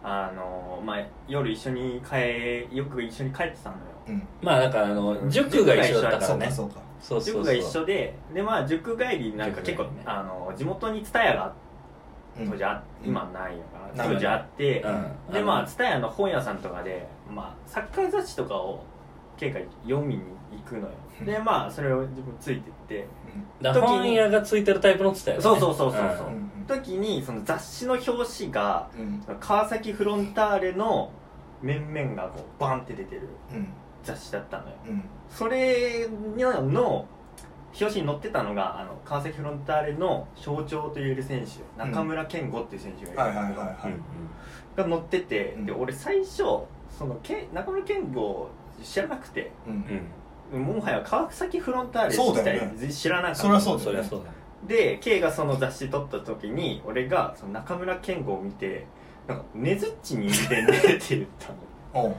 [SPEAKER 3] あの、まあ、夜一緒に帰よく一緒に帰ってたのよ
[SPEAKER 1] あうん
[SPEAKER 2] まあなんかあの塾が一緒だったか
[SPEAKER 1] そ
[SPEAKER 2] ら
[SPEAKER 1] うか
[SPEAKER 2] ね
[SPEAKER 1] そうか
[SPEAKER 2] そうそうそ
[SPEAKER 3] 塾
[SPEAKER 2] う
[SPEAKER 3] が一緒ででまあ塾帰りなんか結構、
[SPEAKER 2] 塾帰りね
[SPEAKER 3] あの地元に蔦屋が
[SPEAKER 1] うん
[SPEAKER 3] 当時あ、今ないのかな
[SPEAKER 1] うん
[SPEAKER 3] 当時あって、
[SPEAKER 2] うん
[SPEAKER 3] でまあ蔦屋の本屋さんとかで、まあ、サッカー雑誌とかを結構読みに行くのよでまあそれを自分ついてって
[SPEAKER 2] だから本屋がついてるタイプのつったよね
[SPEAKER 3] そうそうそうそうそ
[SPEAKER 1] うんうん
[SPEAKER 3] 時にその雑誌の表紙が
[SPEAKER 1] うん
[SPEAKER 3] 川崎フロンターレの面々がこうバンって出てる
[SPEAKER 1] うん
[SPEAKER 3] 雑誌だったのよ
[SPEAKER 1] うん
[SPEAKER 3] それの表紙に載ってたのがあの川崎フロンターレの象徴と言える選手中村健吾っていう選手が
[SPEAKER 1] はいい
[SPEAKER 3] る
[SPEAKER 1] はいは
[SPEAKER 3] んだ
[SPEAKER 1] い
[SPEAKER 3] けど
[SPEAKER 1] はい
[SPEAKER 3] が乗ってて、
[SPEAKER 1] うん
[SPEAKER 3] で俺最初そのけ中村健吾知らなくて
[SPEAKER 1] う
[SPEAKER 2] うんうんん
[SPEAKER 3] もはや川崎フロンターレ
[SPEAKER 1] そうだよね
[SPEAKER 3] 自体知らなかった
[SPEAKER 1] そりゃそう
[SPEAKER 2] そ
[SPEAKER 1] だ
[SPEAKER 2] り
[SPEAKER 1] よ
[SPEAKER 2] ゃ
[SPEAKER 1] ね
[SPEAKER 2] そうだ
[SPEAKER 3] で K がその雑誌撮った時に俺がその中村健吾を見て「なんかねずっちに似てんね」って言っ たの
[SPEAKER 1] おう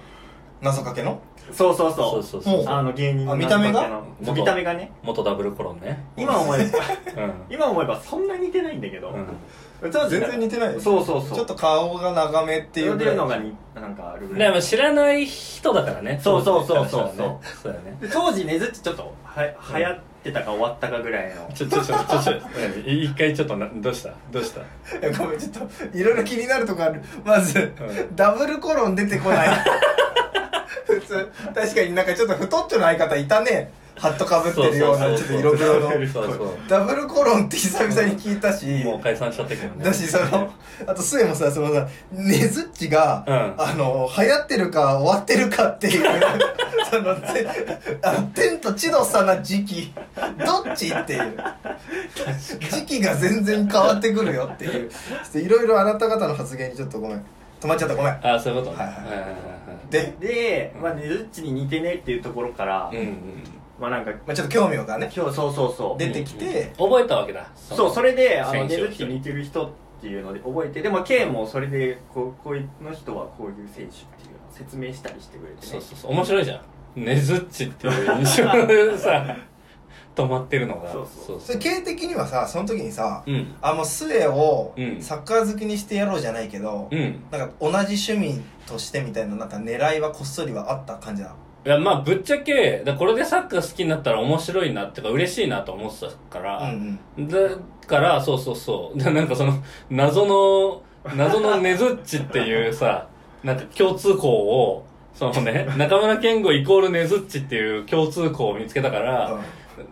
[SPEAKER 1] 謎かけの
[SPEAKER 3] そうそうそう
[SPEAKER 2] そうそうそう
[SPEAKER 1] もう
[SPEAKER 3] あの芸人の
[SPEAKER 1] あ見た目が
[SPEAKER 3] なんかの見た目がね
[SPEAKER 2] 元ダブルコロンね
[SPEAKER 3] 今思えば
[SPEAKER 2] うん
[SPEAKER 3] 今思えばそんな似てないんだけど、
[SPEAKER 1] 全然似てないよ
[SPEAKER 3] そうそうそう
[SPEAKER 1] ちょっと顔が長めっていう
[SPEAKER 3] っ
[SPEAKER 1] ぐ
[SPEAKER 3] て
[SPEAKER 1] ら
[SPEAKER 3] い
[SPEAKER 1] いう
[SPEAKER 3] のがになんかある
[SPEAKER 2] う
[SPEAKER 3] ぐ
[SPEAKER 2] ん
[SPEAKER 3] らい
[SPEAKER 2] でも知らない人だからね
[SPEAKER 3] そうそうそうそう
[SPEAKER 2] そうそうだよね
[SPEAKER 3] で当時ねずっちちょっとは流行ってたか終わったかぐらいの
[SPEAKER 2] ちょちょちょちょちょ何一回ちょっとなどうしたどうした
[SPEAKER 1] い やごめんちょっといろいろ気になるとこあるまず、
[SPEAKER 2] う
[SPEAKER 1] ダブルコロン出てこ ない普通確かになんかちょっと太っちょの相方いたねハットかぶってるようなちょっと色黒の
[SPEAKER 2] そうそう
[SPEAKER 1] ダブルコロンって久々に聞いたし
[SPEAKER 2] もう解散しちゃってるけどね
[SPEAKER 1] だしそのあと末もさそのさねずっちが、
[SPEAKER 2] うん
[SPEAKER 1] あの流行ってるか終わってるかっていう そのぜあの天と地の差な時期どっちっていう時期が全然変わってくるよっていうちょっといろいろあなた方の発言にちょっとごめん止まっちゃったごめん
[SPEAKER 2] ああそういうことね
[SPEAKER 1] はいはい
[SPEAKER 2] はいはいはい
[SPEAKER 1] で、
[SPEAKER 3] で、まあ、ねずっちに似てねっていうところから、
[SPEAKER 2] うんうん
[SPEAKER 3] まあなんか
[SPEAKER 1] まあ、ちょっと興味がね
[SPEAKER 3] 今日そうそうそう
[SPEAKER 1] 出てきて
[SPEAKER 2] 覚えたわけだ
[SPEAKER 3] そうそれであの
[SPEAKER 2] 選手
[SPEAKER 3] ね
[SPEAKER 2] を
[SPEAKER 3] ずっちに似てる人っていうので覚えてでも K もそれでこうこういうの人はこういう選手っていうのを説明したりしてくれて
[SPEAKER 2] そう
[SPEAKER 3] ね
[SPEAKER 2] そうそう面白いじゃんねずっちっていう印象さ止まってるのが
[SPEAKER 3] そうそう
[SPEAKER 1] それ経営的にはさその時にさ
[SPEAKER 2] うん
[SPEAKER 1] あもう末を
[SPEAKER 2] うん
[SPEAKER 1] サッカー好きにしてやろうじゃないけど、
[SPEAKER 2] うん
[SPEAKER 1] なんか同じ趣味としてみたいななんか狙いはこっそりはあった感じだ
[SPEAKER 2] いやまあぶっちゃけだこれでサッカー好きになったら面白いなっていうか嬉しいなと思ってたか
[SPEAKER 1] う
[SPEAKER 2] ら、
[SPEAKER 1] ん
[SPEAKER 2] だからそうそうそう でなんかその謎の謎のねずっちっていうさ なんか共通項をそのね中村健吾イコールねずっちっていう共通項を見つけたか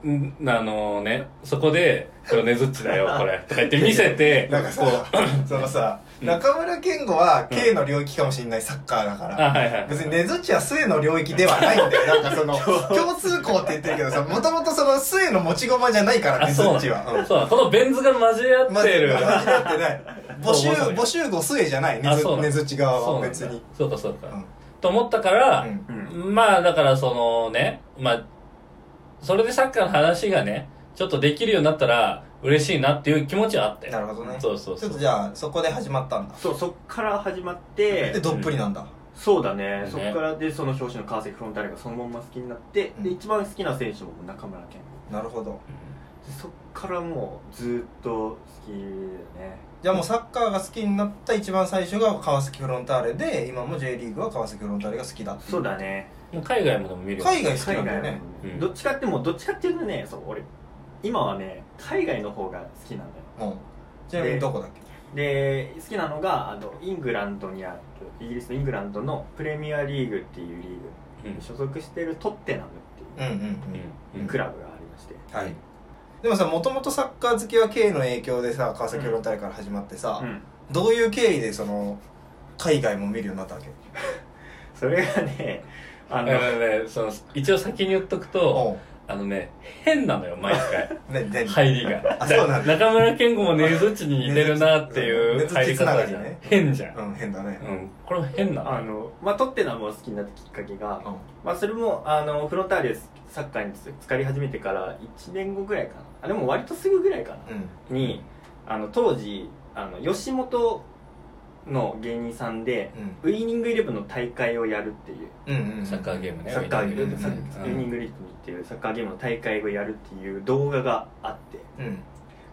[SPEAKER 1] うん、
[SPEAKER 2] ら、んあのねそこで「これねずっちだよ これ」とか言って見せて
[SPEAKER 1] なんかさ
[SPEAKER 2] こう
[SPEAKER 1] そのさ、
[SPEAKER 2] うん
[SPEAKER 1] 中村健吾は K の領域かもしれないサッカーだか
[SPEAKER 2] あ
[SPEAKER 1] ら、
[SPEAKER 2] はいはい
[SPEAKER 1] 別に根づちは末の領域ではないんだよなんかそ の共通項って言ってるけどさもともとその末の持ち駒じゃないから
[SPEAKER 2] あ
[SPEAKER 1] 根
[SPEAKER 2] そう
[SPEAKER 1] づ
[SPEAKER 2] な
[SPEAKER 1] ちはうん
[SPEAKER 2] そうだこのベン図が交え合
[SPEAKER 1] ま
[SPEAKER 2] ってる、
[SPEAKER 1] マジで合って ない募集
[SPEAKER 2] そう
[SPEAKER 1] 募集号末じゃない根
[SPEAKER 2] あそ
[SPEAKER 1] づ
[SPEAKER 2] うなの
[SPEAKER 1] 根づち側
[SPEAKER 2] そう
[SPEAKER 1] は
[SPEAKER 2] なんだ
[SPEAKER 1] 別に
[SPEAKER 2] そうかそうか、
[SPEAKER 1] うん
[SPEAKER 2] と思ったから、
[SPEAKER 1] うん
[SPEAKER 3] うん
[SPEAKER 2] まあだからそのねまあそれでサッカーの話がねちょっとできるようになったら嬉しいなっていう気持ちはあって
[SPEAKER 1] なるほどね
[SPEAKER 2] そうそう
[SPEAKER 1] ち
[SPEAKER 2] そ
[SPEAKER 1] ょっ
[SPEAKER 2] う
[SPEAKER 1] とじゃあそこで始まったんだ
[SPEAKER 3] そうそっから始まっ
[SPEAKER 1] で
[SPEAKER 3] て
[SPEAKER 1] どっぷりなんだ
[SPEAKER 3] そうだね
[SPEAKER 2] ね
[SPEAKER 3] そっからでその表紙の川崎フロンターレがそのまんま好きになって、
[SPEAKER 1] うん
[SPEAKER 3] で一番好きな選手も中村健
[SPEAKER 1] なるほど
[SPEAKER 3] 吾でそっからもうずーっと好きだね
[SPEAKER 1] じゃあもうサッカーが好きになった一番最初が川崎フロンターレで今も J リーグは川崎フロンターレが好きだって
[SPEAKER 3] そうだね
[SPEAKER 2] うん海外もでも見るよ
[SPEAKER 1] 海外好き
[SPEAKER 3] 海
[SPEAKER 1] な
[SPEAKER 3] 外
[SPEAKER 1] んだ
[SPEAKER 3] の
[SPEAKER 1] よね
[SPEAKER 2] うん
[SPEAKER 3] どっちかってもうどっちかっていうとねそう俺今はね海外の方が好きなんだよ
[SPEAKER 1] うんちなみにどこだっけ
[SPEAKER 3] で好きなのがあのイングランドにあるイギリスのイングランドのプレミアリーグっていうリー
[SPEAKER 2] う
[SPEAKER 3] グ
[SPEAKER 2] ん
[SPEAKER 3] に所属してるトッテナムって
[SPEAKER 1] うんうんうん
[SPEAKER 2] うん
[SPEAKER 3] いうクラブがありまして、
[SPEAKER 1] はいでもさもともとサッカー好きは K の影響でさ川崎フロンターレから始まってさ、
[SPEAKER 3] うん
[SPEAKER 1] どういう経緯でその海外も見るようになったわけ
[SPEAKER 3] それがねあ
[SPEAKER 2] だ
[SPEAKER 3] の、
[SPEAKER 2] からねその一応先に言っとくと
[SPEAKER 1] おう
[SPEAKER 2] あのね変なのよ毎 回
[SPEAKER 1] 何何
[SPEAKER 2] 入りが
[SPEAKER 1] あそうなんだ
[SPEAKER 2] 中村健吾もネズッチに似てるなっていう
[SPEAKER 1] ネズッ
[SPEAKER 2] 入
[SPEAKER 1] チ
[SPEAKER 2] り
[SPEAKER 1] つなが
[SPEAKER 2] 方
[SPEAKER 1] り
[SPEAKER 2] じゃん、
[SPEAKER 1] ね
[SPEAKER 2] 変じゃん、
[SPEAKER 1] うん変だね
[SPEAKER 2] うん、これ変な
[SPEAKER 3] あ
[SPEAKER 2] の
[SPEAKER 3] のまあ、トッテナムを好きになったきっかけが、
[SPEAKER 1] う
[SPEAKER 3] まあ、それもあのフロンターレでサッカーにつかり始めてから1年後ぐらいかなあでも割とすぐぐらいか
[SPEAKER 1] ん
[SPEAKER 3] な、にあの当時あの吉本の芸人さんで、
[SPEAKER 1] うん
[SPEAKER 3] ウイニングイレブンの大会をやるっていう
[SPEAKER 1] うんうんうん
[SPEAKER 2] サッカーゲームね
[SPEAKER 3] サッカーゲーム、
[SPEAKER 1] うん
[SPEAKER 3] サッウイニングイレブンっていうサッカーゲームの大会をやるっていう動画があって
[SPEAKER 1] うん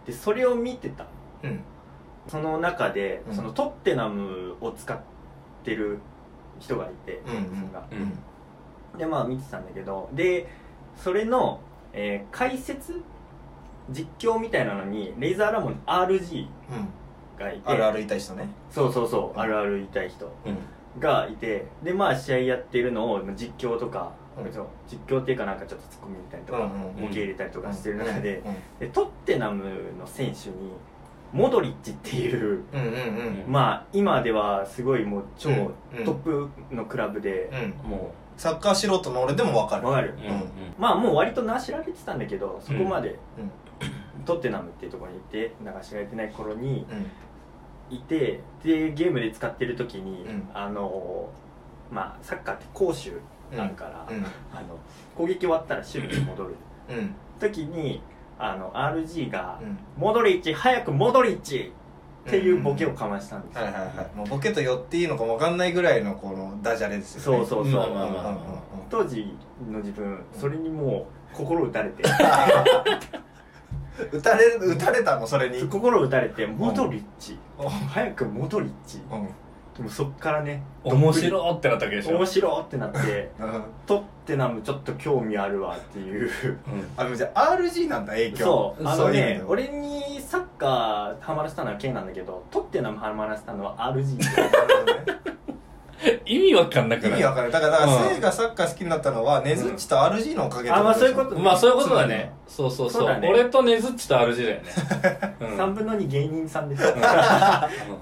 [SPEAKER 3] でそれを見てた
[SPEAKER 1] うん
[SPEAKER 3] その中で、
[SPEAKER 1] うん
[SPEAKER 3] そのトッテナムを使ってる人がいて、
[SPEAKER 1] うんうん
[SPEAKER 3] そが
[SPEAKER 2] うん
[SPEAKER 3] でまあ見てたんだけどでそれの、えー解説実況みたいなのにレイザーラモン
[SPEAKER 1] う
[SPEAKER 3] RG
[SPEAKER 1] ん
[SPEAKER 3] がいて
[SPEAKER 1] あるあるいた人ね
[SPEAKER 3] そうそうそうあるあるいたい人
[SPEAKER 1] うん
[SPEAKER 3] がいてでまあ試合やってるのを実況とか、
[SPEAKER 1] うん
[SPEAKER 3] 実況っていうかなんかちょっとツッコミみたりとか、
[SPEAKER 1] うんうんうん
[SPEAKER 3] ボケ入れたりとかしてる中で,、
[SPEAKER 1] うん
[SPEAKER 3] でトッテナムの選手にモドリッチっていう、
[SPEAKER 1] うんうんうん
[SPEAKER 3] まあ今ではすごいもう超
[SPEAKER 1] うんうん
[SPEAKER 3] トップのクラブで
[SPEAKER 1] う、ん
[SPEAKER 2] も
[SPEAKER 1] サッカー素人の俺でもわかる
[SPEAKER 3] わか
[SPEAKER 2] う、
[SPEAKER 3] る
[SPEAKER 1] ん
[SPEAKER 3] まあもう割と名知られてたんだけどそこまで、
[SPEAKER 1] うん
[SPEAKER 3] トッテナムっていうところにいて名が知られてない頃に
[SPEAKER 1] うん
[SPEAKER 3] いてでゲームで使ってる時に、
[SPEAKER 1] うん
[SPEAKER 3] あのまあサッカーって攻守あるから、
[SPEAKER 1] うん
[SPEAKER 3] あの攻撃終わったら守備に戻る
[SPEAKER 1] うん
[SPEAKER 3] 時にあの RG が
[SPEAKER 1] うん
[SPEAKER 3] 「モドリッチ早くモドリッチ!」っていうボケをかましたんです
[SPEAKER 1] はい
[SPEAKER 3] よ、
[SPEAKER 1] はいはいもうボケと寄っていいのかわかんないぐらいのこのダジャレですよね
[SPEAKER 3] そうそう
[SPEAKER 2] うん
[SPEAKER 3] そ
[SPEAKER 2] まあ
[SPEAKER 3] う、
[SPEAKER 2] まあまあまあ
[SPEAKER 3] 当時の自分それにもう心打たれて
[SPEAKER 1] 打たれ打たれたのそれに
[SPEAKER 3] 心打たれて「モドリッチ
[SPEAKER 1] うん
[SPEAKER 3] 早くモドリッチ
[SPEAKER 1] うん」
[SPEAKER 3] でもそっからね
[SPEAKER 2] 面白ってなったわけでしょ
[SPEAKER 3] 面白ってなって
[SPEAKER 1] うん
[SPEAKER 3] トッテナムちょっと興味あるわっていう
[SPEAKER 2] う
[SPEAKER 1] あでもじゃあ RG なんだ影響
[SPEAKER 3] そうあの
[SPEAKER 1] ういう意味
[SPEAKER 3] ね
[SPEAKER 1] では
[SPEAKER 3] 俺にサッカーハマらせたのは K なんだけどトッテナムハマらせたのは RG
[SPEAKER 1] なるほどね
[SPEAKER 2] ん意味わかんなく
[SPEAKER 1] 意
[SPEAKER 2] な
[SPEAKER 1] 味
[SPEAKER 2] い
[SPEAKER 1] わかんないだからだから
[SPEAKER 2] うん
[SPEAKER 1] せいがサッカー好きになったのはねずっちと RG のおかげって
[SPEAKER 3] あまあそういう
[SPEAKER 1] でしょ
[SPEAKER 3] こと
[SPEAKER 2] まあそういうことだねそうそうそう
[SPEAKER 3] そうだね
[SPEAKER 2] 俺とネズッチと RG だよね、う
[SPEAKER 3] 3分の2芸人さ んですよ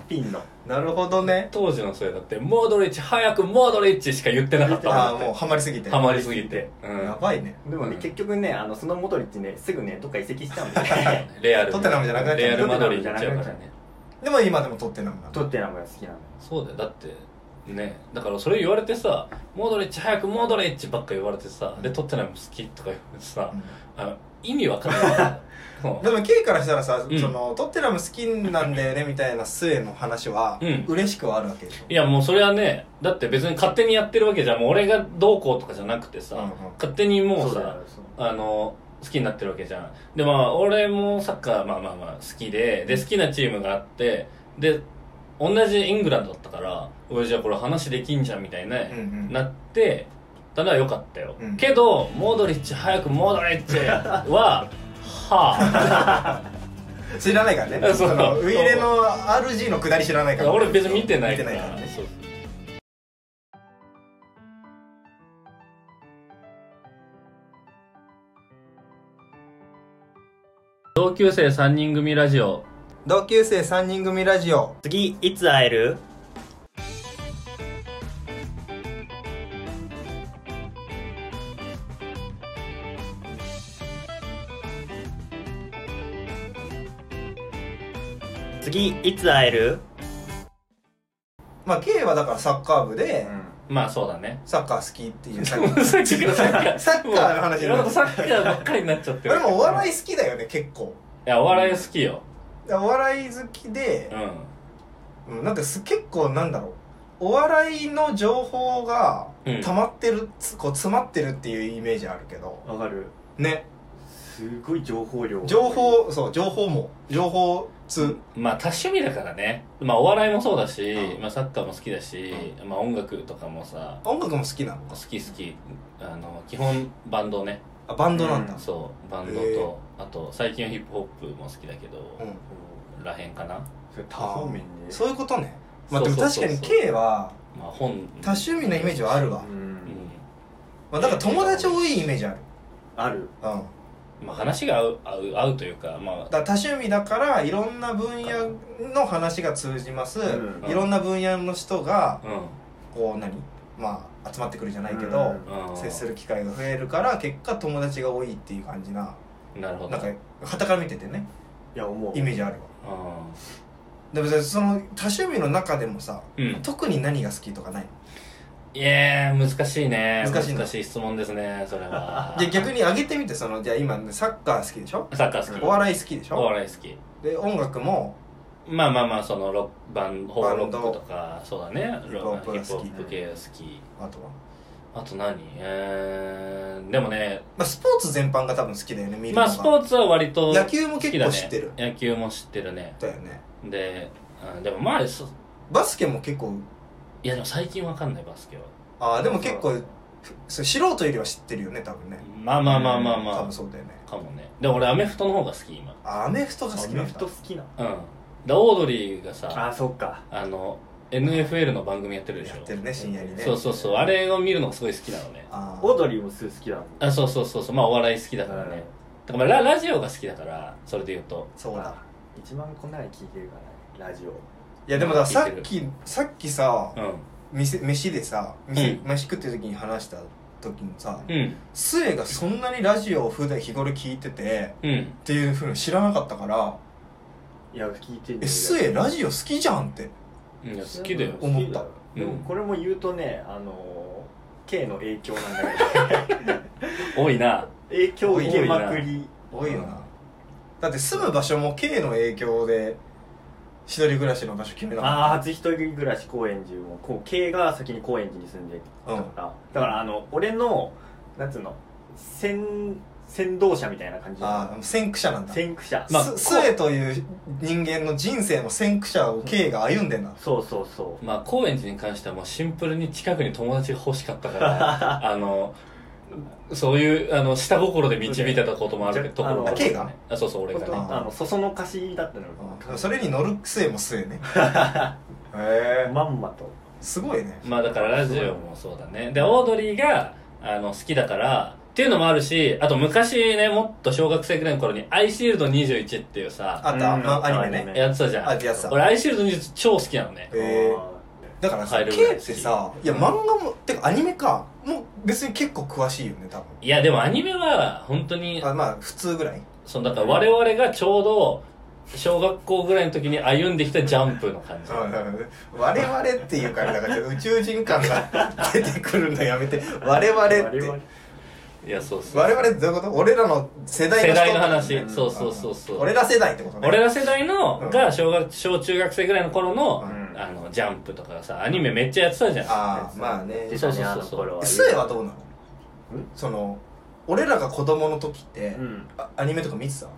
[SPEAKER 3] ピンの
[SPEAKER 1] なるほどね
[SPEAKER 2] 当時のそれだってモードリッチ早くモードリッチしか言ってなかった
[SPEAKER 1] ああ
[SPEAKER 2] もん
[SPEAKER 1] もうハマりすぎて
[SPEAKER 2] ハマりすぎて、う
[SPEAKER 1] や
[SPEAKER 2] ん、
[SPEAKER 1] ばいね
[SPEAKER 3] でもね、
[SPEAKER 2] うん
[SPEAKER 3] 結局ねあのそのモドリッチねすぐねどっか移籍しちゃう んでね
[SPEAKER 2] レアル
[SPEAKER 1] トッテナムじゃなくなっちゃう
[SPEAKER 2] レアルマドリード行っちゃうからね
[SPEAKER 1] でも今でも取ってなんだ
[SPEAKER 3] トッテナムが好きなの
[SPEAKER 2] そうだよだってねだからそれ言われてさモードリッチ早くモードリッチばっか言われてさでトッテナム好きとか言われてさ
[SPEAKER 1] う
[SPEAKER 2] あの意味わかんない
[SPEAKER 1] んでも K からしたらさ
[SPEAKER 2] うん
[SPEAKER 1] そのトッテナム好きなんだよねみたいな末の話は
[SPEAKER 2] うん
[SPEAKER 1] 嬉しくはあるわけでしょ
[SPEAKER 2] いやもうそれはねだって別に勝手にやってるわけじゃんもう俺がどうこうとかじゃなくてさ、
[SPEAKER 1] うんうん
[SPEAKER 2] 勝手にもうさ
[SPEAKER 3] だよそう
[SPEAKER 2] あの好きになってるわけじゃんでまあ俺もサッカーまあまあまあ好きでで好きなチームがあってで同じイングランドだったから俺じゃあこれ話できんじゃんみたいな、
[SPEAKER 1] うんうん
[SPEAKER 2] なってたのは良かったよ、
[SPEAKER 1] うん
[SPEAKER 2] けどモドリッチ早くモドリッチ はは
[SPEAKER 1] 知らないからね
[SPEAKER 2] そう
[SPEAKER 1] あのウイイレの RG の下り知らないか
[SPEAKER 2] あ
[SPEAKER 1] ら
[SPEAKER 2] 俺別に見てないから
[SPEAKER 1] 見てないからね
[SPEAKER 2] そう同級生3人組ラジオ
[SPEAKER 1] 同級生3人組ラジオ
[SPEAKER 3] 次いつ会える次いつ会える、
[SPEAKER 1] まあ K はだからサッカー部で
[SPEAKER 2] まあそうだね
[SPEAKER 1] サッカー好きっていう
[SPEAKER 2] さっきのサッカ ー
[SPEAKER 1] サッカーの話になる
[SPEAKER 2] もうサッカーばっかりになっちゃってる
[SPEAKER 1] 俺もお笑い好きだよね結構
[SPEAKER 2] いやお笑い好きよ
[SPEAKER 1] だからお笑い好きで
[SPEAKER 2] う、ん
[SPEAKER 1] うん、なんかす結構なんだろうお笑いの情報が
[SPEAKER 2] うん
[SPEAKER 1] 溜まってる、つこう詰まってるっていうイメージあるけど
[SPEAKER 3] わかる
[SPEAKER 1] ね
[SPEAKER 3] すごい情報量
[SPEAKER 1] 情報そう情報も情報通
[SPEAKER 2] まあ多趣味だからねまあお笑いもそうだし、
[SPEAKER 1] うん
[SPEAKER 2] まあ、サッカーも好きだし、まあ音楽とかもさ
[SPEAKER 1] 音楽も好きなの
[SPEAKER 2] 好き好きあの基本バンドね
[SPEAKER 1] あバンドなんだ、
[SPEAKER 2] そうバンド
[SPEAKER 1] へえ
[SPEAKER 2] とあと最近はヒップホップも好きだけど、
[SPEAKER 1] うん
[SPEAKER 2] らへんかな、
[SPEAKER 3] それ多方面に
[SPEAKER 1] そういうことねまあでも
[SPEAKER 2] そう
[SPEAKER 1] 確
[SPEAKER 2] そう
[SPEAKER 1] か
[SPEAKER 2] そうそう
[SPEAKER 1] に K は
[SPEAKER 2] まあ、本
[SPEAKER 1] 多趣味なイメージはあるわ、
[SPEAKER 2] うんん
[SPEAKER 1] まあ、だから友達多いイメージある
[SPEAKER 3] ある
[SPEAKER 1] うん
[SPEAKER 2] まあ話が合う合う合うというかまあ
[SPEAKER 1] だから多趣味だからいろんな分野の話が通じます、
[SPEAKER 3] うん
[SPEAKER 1] いろんな分野の人が
[SPEAKER 2] う
[SPEAKER 1] こう何まあ集まってくるじゃないけど、
[SPEAKER 2] ん、うん、
[SPEAKER 1] 接する機会が増えるから結果友達が多いっていう感じな
[SPEAKER 2] なるほど
[SPEAKER 1] なんか傍から見ててね
[SPEAKER 3] いや思う
[SPEAKER 1] イメージあるわ
[SPEAKER 2] う
[SPEAKER 1] でもさその多趣味の中でもさ
[SPEAKER 2] ん、うん、
[SPEAKER 1] 特に何が好きとかない
[SPEAKER 2] いやー難しいね
[SPEAKER 1] 難しいの
[SPEAKER 2] 難しい質問ですねそ れは
[SPEAKER 1] ので逆に上げてみてそのじゃあ今ねサッカー好きでしょ
[SPEAKER 2] サッカー好き
[SPEAKER 1] お笑い好きでし
[SPEAKER 2] お
[SPEAKER 1] ょ
[SPEAKER 2] 笑い好き
[SPEAKER 1] で音楽も
[SPEAKER 2] まあまあまあそのロックバンホーロッ
[SPEAKER 1] バンド
[SPEAKER 2] クとかそうだね
[SPEAKER 1] ヒップホップが好き
[SPEAKER 2] ヒップホップ系が好き
[SPEAKER 1] あとは、
[SPEAKER 2] あと何えー、でもね
[SPEAKER 1] まあ、スポーツ全般が多分好きだよね見るの
[SPEAKER 2] ま
[SPEAKER 1] が、
[SPEAKER 2] あスポーツは割と
[SPEAKER 1] 野球も
[SPEAKER 2] 好
[SPEAKER 1] 結
[SPEAKER 2] きだ
[SPEAKER 1] 構
[SPEAKER 2] ね
[SPEAKER 1] 知ってる
[SPEAKER 2] 野球も知ってるね
[SPEAKER 1] だよね
[SPEAKER 2] であでもまあそ
[SPEAKER 1] バスケも結構
[SPEAKER 2] いやでも最近わかんないバスケは
[SPEAKER 1] ああでも結構そう素人よりは知ってるよね多分ね
[SPEAKER 2] まあまあまあまあま
[SPEAKER 1] 多
[SPEAKER 2] あ、
[SPEAKER 1] 分そうだよね
[SPEAKER 2] かもねで俺アメフトの方が好き今
[SPEAKER 1] あアメフトが好き
[SPEAKER 3] ア
[SPEAKER 1] な
[SPEAKER 3] メ
[SPEAKER 1] ん
[SPEAKER 3] フ
[SPEAKER 1] だ
[SPEAKER 3] ト好きな
[SPEAKER 2] うんでオードリーがさ
[SPEAKER 3] あそっか
[SPEAKER 2] あの NFL の番組やってるでしょ
[SPEAKER 1] やってるね深夜にね
[SPEAKER 2] そうそうそうあれを見るのがすごい好きなのね
[SPEAKER 1] あ
[SPEAKER 3] オー
[SPEAKER 1] ー
[SPEAKER 3] ドリーもすぐ好きだもん
[SPEAKER 2] あそうそうそうそうまあお笑い好きだからね、だからまあララジオが好きだからそれで言うと
[SPEAKER 1] そうだ
[SPEAKER 3] 一番こんなの聞いてるからねラジオ
[SPEAKER 1] いやでもだからさっきさっきさ
[SPEAKER 2] う
[SPEAKER 1] 店飯でさ店,、
[SPEAKER 2] う
[SPEAKER 1] 飯食ってる時に話した時にさ
[SPEAKER 2] んうん
[SPEAKER 1] 末がそんなにラジオを普段日頃聞いてて
[SPEAKER 2] うん
[SPEAKER 1] っていうふうに知らなかったから
[SPEAKER 3] いや聞いてる
[SPEAKER 1] 「え末ラジオ好きじゃん」って
[SPEAKER 2] いや好きだよ
[SPEAKER 1] うん思った
[SPEAKER 3] でも
[SPEAKER 2] うん
[SPEAKER 3] これも言うとねあのー K の影響なんだ けど
[SPEAKER 2] 多いな
[SPEAKER 3] 影響を受けまくり
[SPEAKER 1] 多いよなだって住む場所も K の影響で一人暮らしの場所決めたもん
[SPEAKER 3] ああ初一人暮らし高円寺もこう K が先に高円寺に住んでたから、だからあの俺のなんつうの先先導者みたいな感じ
[SPEAKER 1] あー先駆者なんだ
[SPEAKER 3] 先駆者、
[SPEAKER 2] まあ
[SPEAKER 1] す末という人間の人生の先駆者を K が歩んでんだ
[SPEAKER 3] そうそうそう
[SPEAKER 2] まあ高円寺に関してはもうシンプルに近くに友達が欲しかったから あのそういうあの下心で導いてたこともあるけどと
[SPEAKER 3] じ
[SPEAKER 2] こ
[SPEAKER 3] ゃあ
[SPEAKER 2] ろもある
[SPEAKER 1] あ K が
[SPEAKER 2] あそうそう俺がね
[SPEAKER 1] あー
[SPEAKER 3] あのそそのかしだったのよ
[SPEAKER 1] うんそれに乗る末も末ねへえ
[SPEAKER 3] まんまと
[SPEAKER 1] すごいね
[SPEAKER 2] まあだからラジオもそうだねでオードリーがあの好きだからっていうのもあるしあと昔ねもっと小学生ぐらいの頃に「アイシールド21」っていうさ
[SPEAKER 1] あった
[SPEAKER 3] うん
[SPEAKER 1] あアニメね
[SPEAKER 2] やってたじゃん
[SPEAKER 1] あやつさ
[SPEAKER 2] 俺アイシールド21超好きなのね
[SPEAKER 1] へえ
[SPEAKER 3] あ
[SPEAKER 1] だからさ
[SPEAKER 2] 入
[SPEAKER 1] K
[SPEAKER 2] るぐらい
[SPEAKER 1] ってさいや漫画もてかアニメかもう別に結構詳しいよね多分
[SPEAKER 2] いやでもアニメは本当に
[SPEAKER 1] あまあ普通ぐらい
[SPEAKER 2] そのだから我々がちょうど小学校ぐらいの時に歩んできたジャンプの感じ
[SPEAKER 1] 我々っていうから だからちょっと宇宙人感が 出てくるのやめて我々って
[SPEAKER 3] ー我々
[SPEAKER 2] いやそうそう
[SPEAKER 1] 我々ってどういうこと俺らの世代の人
[SPEAKER 2] 世代の話
[SPEAKER 1] うん
[SPEAKER 2] そうそうそうそう
[SPEAKER 1] 俺ら世代ってことね
[SPEAKER 2] 俺ら世代の
[SPEAKER 1] うん
[SPEAKER 2] が小学小中学生ぐらいの頃の
[SPEAKER 3] うん
[SPEAKER 2] あのジャンプとかさアニメめっちゃやってたじゃん
[SPEAKER 1] ああまあね
[SPEAKER 2] そうそうそうそう
[SPEAKER 3] あの頃は
[SPEAKER 1] スエはどうなの
[SPEAKER 3] ん
[SPEAKER 1] その俺らが子供の時って、
[SPEAKER 3] うん
[SPEAKER 1] あアニメとか見てた、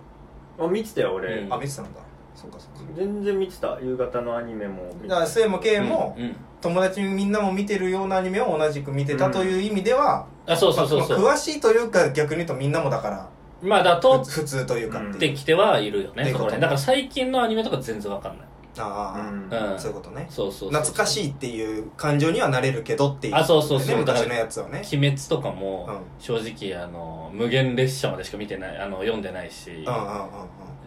[SPEAKER 3] あ見てたよ俺、
[SPEAKER 2] うん
[SPEAKER 1] あ見てたんだそうかそうか
[SPEAKER 3] 全然見てた夕方のアニメも見て
[SPEAKER 1] だから
[SPEAKER 3] た
[SPEAKER 1] 生も K も、
[SPEAKER 2] うんうん
[SPEAKER 1] 友達みんなも見てるようなアニメを同じく見てたという意味では、
[SPEAKER 2] あそうそうそうそ
[SPEAKER 1] ま
[SPEAKER 2] う
[SPEAKER 1] あ詳しいというか逆に言うとみんなもだから
[SPEAKER 2] まあだと
[SPEAKER 1] ふ普通というかっ
[SPEAKER 2] って
[SPEAKER 1] いう、
[SPEAKER 2] てきてはいるよね
[SPEAKER 1] って
[SPEAKER 2] そ
[SPEAKER 1] こと
[SPEAKER 2] こねだから最近のアニメとか全然わかんない
[SPEAKER 1] ああ、
[SPEAKER 2] うん
[SPEAKER 1] そういうことね
[SPEAKER 2] そうそうそう
[SPEAKER 1] 懐かしいっていう感情にはなれるけどっていう、
[SPEAKER 2] あそうそうそう
[SPEAKER 1] ね
[SPEAKER 2] だから
[SPEAKER 1] 昔のやつはね
[SPEAKER 2] 鬼滅とか
[SPEAKER 1] うん
[SPEAKER 2] も正直あの無限列車までしか見てないあの読んでないし、
[SPEAKER 1] うんうんうん